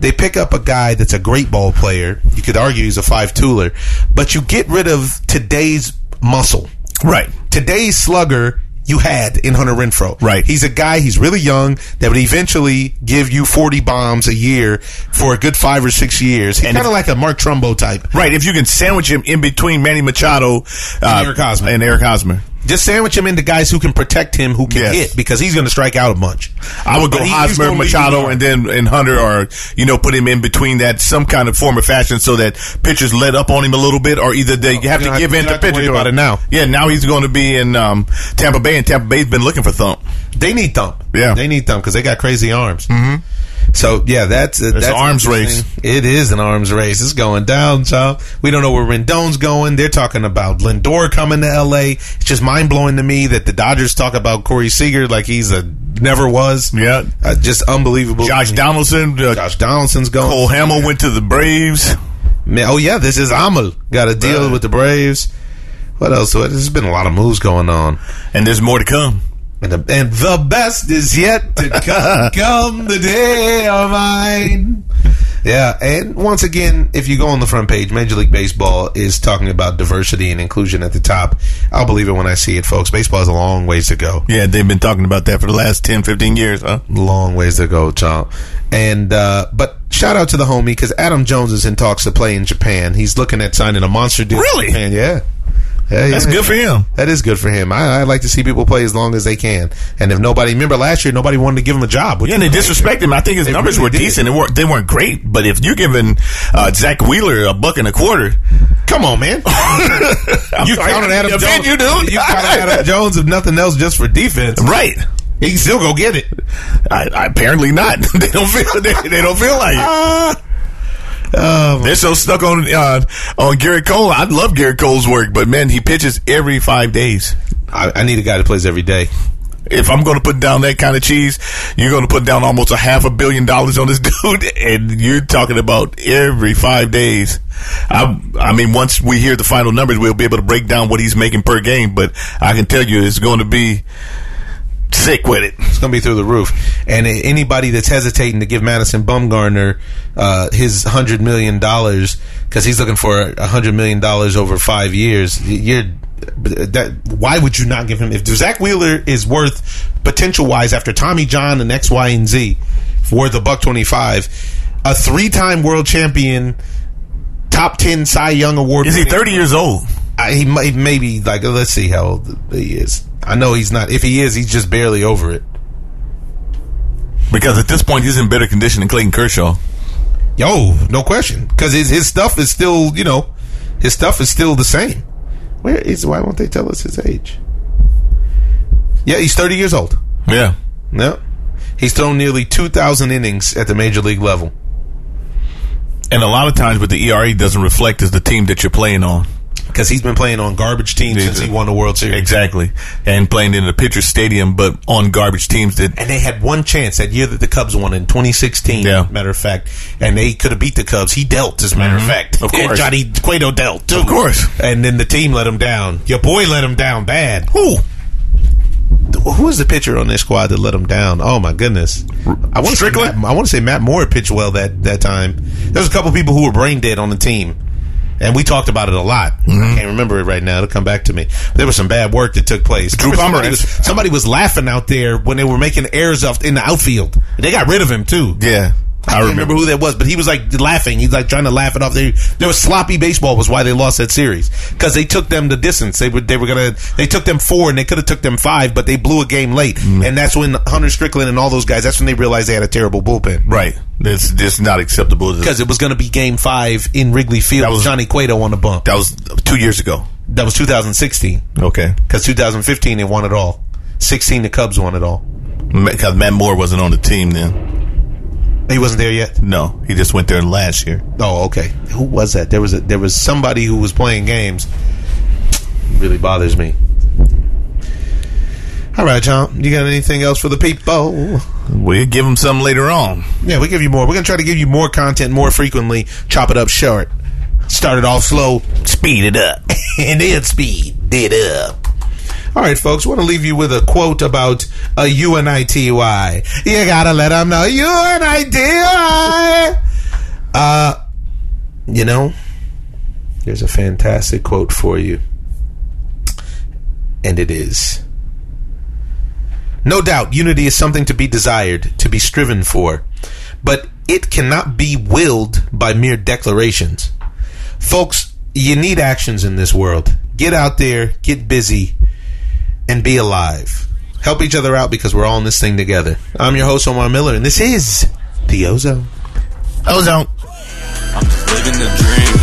Speaker 1: they pick up a guy that's a great ball player. You could argue he's a five tooler, but you get rid of today's muscle.
Speaker 2: Right.
Speaker 1: Today's slugger you had in Hunter Renfro.
Speaker 2: Right.
Speaker 1: He's a guy, he's really young, that would eventually give you 40 bombs a year for a good five or six years. He's
Speaker 2: And
Speaker 1: kind of like a Mark Trumbo type.
Speaker 2: Right. If you can sandwich him in between Manny Machado uh,
Speaker 1: Eric Hosmer.
Speaker 2: and Eric Hosmer.
Speaker 1: Just sandwich him into guys who can protect him, who can
Speaker 2: Yes.
Speaker 1: hit, because he's going to strike out a bunch.
Speaker 2: I would go
Speaker 1: But he- he's
Speaker 2: Hosmer,
Speaker 1: gonna leave you
Speaker 2: Machado,
Speaker 1: hard.
Speaker 2: and then and Hunter, or you know, put him in between that some kind of form or fashion, so that pitchers let up on him a little bit, or either they have to
Speaker 1: don't have-
Speaker 2: give
Speaker 1: Oh, you
Speaker 2: in
Speaker 1: don't
Speaker 2: to
Speaker 1: have to
Speaker 2: pitcher.
Speaker 1: worry about it now.
Speaker 2: Yeah, now he's going to be in um, Tampa Bay, and Tampa Bay's been looking for Thump.
Speaker 1: They need thump.
Speaker 2: Yeah.
Speaker 1: they need thump because they got crazy arms. Mm-hmm. So yeah, that's uh,
Speaker 2: an
Speaker 1: that's
Speaker 2: arms
Speaker 1: interesting. It is an arms race. It's going down, child. We don't know where Rendon's going. They're talking about Lindor coming to L.A. It's just mind blowing to me that the Dodgers talk about Corey Seager like he's a never was.
Speaker 2: Yeah.
Speaker 1: Uh, just unbelievable.
Speaker 2: Josh Donaldson, uh,
Speaker 1: Josh Donaldson's going.
Speaker 2: Cole Hamill went to the Braves.
Speaker 1: Man, oh yeah, this is Amal. Got a deal with the Braves. What else? What- There's been a lot of moves going on.
Speaker 2: And there's more to come.
Speaker 1: And the, and the best is yet to come, come the day of mine. Yeah, and once again, if you go on the front page, Major League Baseball is talking about diversity and inclusion at the top. I'll believe it when I see it, folks. Baseball has a long ways to go.
Speaker 2: Yeah, they've been talking about that for the last 10, 15 years, huh?
Speaker 1: Long ways to go, child. And uh, but shout out to the homie because Adam Jones is in talks to play in Japan. He's looking at signing a monster deal. in
Speaker 2: Really?
Speaker 1: Japan. Yeah. Hey,
Speaker 2: That's good for him.
Speaker 1: That is good for him. I, I like to see people play as long as they can. And if nobody, remember last year, nobody wanted to give him a job. which
Speaker 2: Yeah, and they
Speaker 1: is-
Speaker 2: disrespect him. I think his
Speaker 1: They
Speaker 2: numbers
Speaker 1: really
Speaker 2: were
Speaker 1: did.
Speaker 2: decent. They weren't, they weren't great, but if you're giving uh, Zach Wheeler a buck and a quarter,
Speaker 1: Come on, man.
Speaker 2: I'm
Speaker 1: You
Speaker 2: sorry.
Speaker 1: counted Adam
Speaker 2: Yeah,
Speaker 1: Jones.
Speaker 2: man, You do.
Speaker 1: You counted Adam Jones if nothing else, just for defense.
Speaker 2: right.
Speaker 1: He can still go get it.
Speaker 2: I, I, apparently not. they don't feel. They, they don't feel like it. They're so stuck on uh, on Garrett Cole. I love Garrett Cole's work, but man, he pitches every five days.
Speaker 1: I, I need a guy that plays every day.
Speaker 2: If I'm going to put down that kind of cheese, you're going to put down almost a half a billion dollars on this dude, and you're talking about every five days. I, I mean, once we hear the final numbers, we'll be able to break down what he's making per game. But I can tell you, it's going to be sick with it.
Speaker 1: It's going to be through the roof. And a- anybody that's hesitating to give Madison Bumgarner uh, his $100 million because he's looking for $100 million over five years, y- you're. That, why would you not give him if Zach Wheeler is worth potential wise after Tommy John and X, Y, and Z worth a buck twenty five, a three time world champion, top ten Cy Young award.
Speaker 2: Is he
Speaker 1: winning-
Speaker 2: 30 years old?
Speaker 1: I, he might maybe like let's see how old he is. I know he's not. If he is, he's just barely over it.
Speaker 2: Because at this point, he's in better condition than Clayton Kershaw.
Speaker 1: Yo, no question, because his his stuff is still you know, his stuff is still the same. Where is why won't they tell us his age? Yeah, he's thirty years old.
Speaker 2: Yeah.
Speaker 1: No, he's thrown nearly two thousand innings at the major league level.
Speaker 2: And a lot of times, what the ERA doesn't reflect is the team that you're playing on.
Speaker 1: Because he's been playing on garbage teams since he won the World Series.
Speaker 2: Exactly. And playing in the pitcher stadium, but on garbage teams that.
Speaker 1: and they had one chance that year that the Cubs won in 2016.
Speaker 2: Yeah.
Speaker 1: Matter of fact, and they could have beat the Cubs. He dealt, as a matter
Speaker 2: Mhm.
Speaker 1: of fact.
Speaker 2: Of
Speaker 1: And
Speaker 2: course.
Speaker 1: Johnny Cueto dealt too.
Speaker 2: Of course.
Speaker 1: And then the team let him down. Your boy let him down bad.
Speaker 2: Who?
Speaker 1: Who was the pitcher on this squad that let him down? Oh my goodness! I want to say
Speaker 2: Strickland?
Speaker 1: Matt, I want to say Matt Moore pitched well that that time. There's a couple people who were brain dead on the team, and we talked about it a lot.
Speaker 2: Mm-hmm.
Speaker 1: I can't remember it right now. It'll come back to me. There was some bad work that took place.
Speaker 2: Drew
Speaker 1: somebody
Speaker 2: Pomeranz.
Speaker 1: was, somebody was laughing out there when they were making errors off in the outfield. They got rid of him too.
Speaker 2: Yeah.
Speaker 1: I, can't remember who that was, but he was like laughing. He's like trying to laugh it off. They, there was sloppy baseball was why they lost that series because they took them the distance. They were they were gonna they took them four and they could have took them five, but they blew a game late,
Speaker 2: Mm.
Speaker 1: and that's when Hunter Strickland and all those guys. That's when they realized they had a terrible bullpen
Speaker 2: Right. That's just not acceptable.
Speaker 1: because it was going to be game five in Wrigley Field.
Speaker 2: That was-
Speaker 1: with Johnny Cueto on the bump.
Speaker 2: that was two years ago.
Speaker 1: That was 2016
Speaker 2: Okay.
Speaker 1: because 2015 they won it all. 16 the Cubs won it all.
Speaker 2: Because Matt Moore wasn't on the team then.
Speaker 1: He wasn't there yet.
Speaker 2: No, he just went there last year.
Speaker 1: Oh, okay. Who was that? There was a, there was somebody who was playing games. Really bothers me. All right, John. You got anything else for the people?
Speaker 2: We'll give him some later on.
Speaker 1: Yeah, we give you more. We're gonna try to give you more content more frequently. Chop it up short. Start it off slow,
Speaker 2: Speed it up.
Speaker 1: and then speed it up. All right, folks. Want to leave you with a quote about a UNITY. You gotta let them know UNITY. Uh, you know, there's a fantastic quote for you, and it is. No doubt, unity is something to be desired, to be striven for, but it cannot be willed by mere declarations. Folks, you need actions in this world. Get out there, get busy, and be alive. Help each other out because we're all in this thing together. I'm your host, Omar Miller, and this is The Ozone.
Speaker 2: Ozone.
Speaker 10: Living the dream.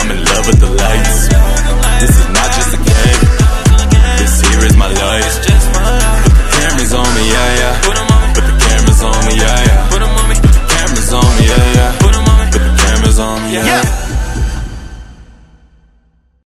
Speaker 10: I'm in love with the lights. This is not just a game. This here is my life. Put the cameras on me, yeah, yeah. Put the cameras on me, yeah,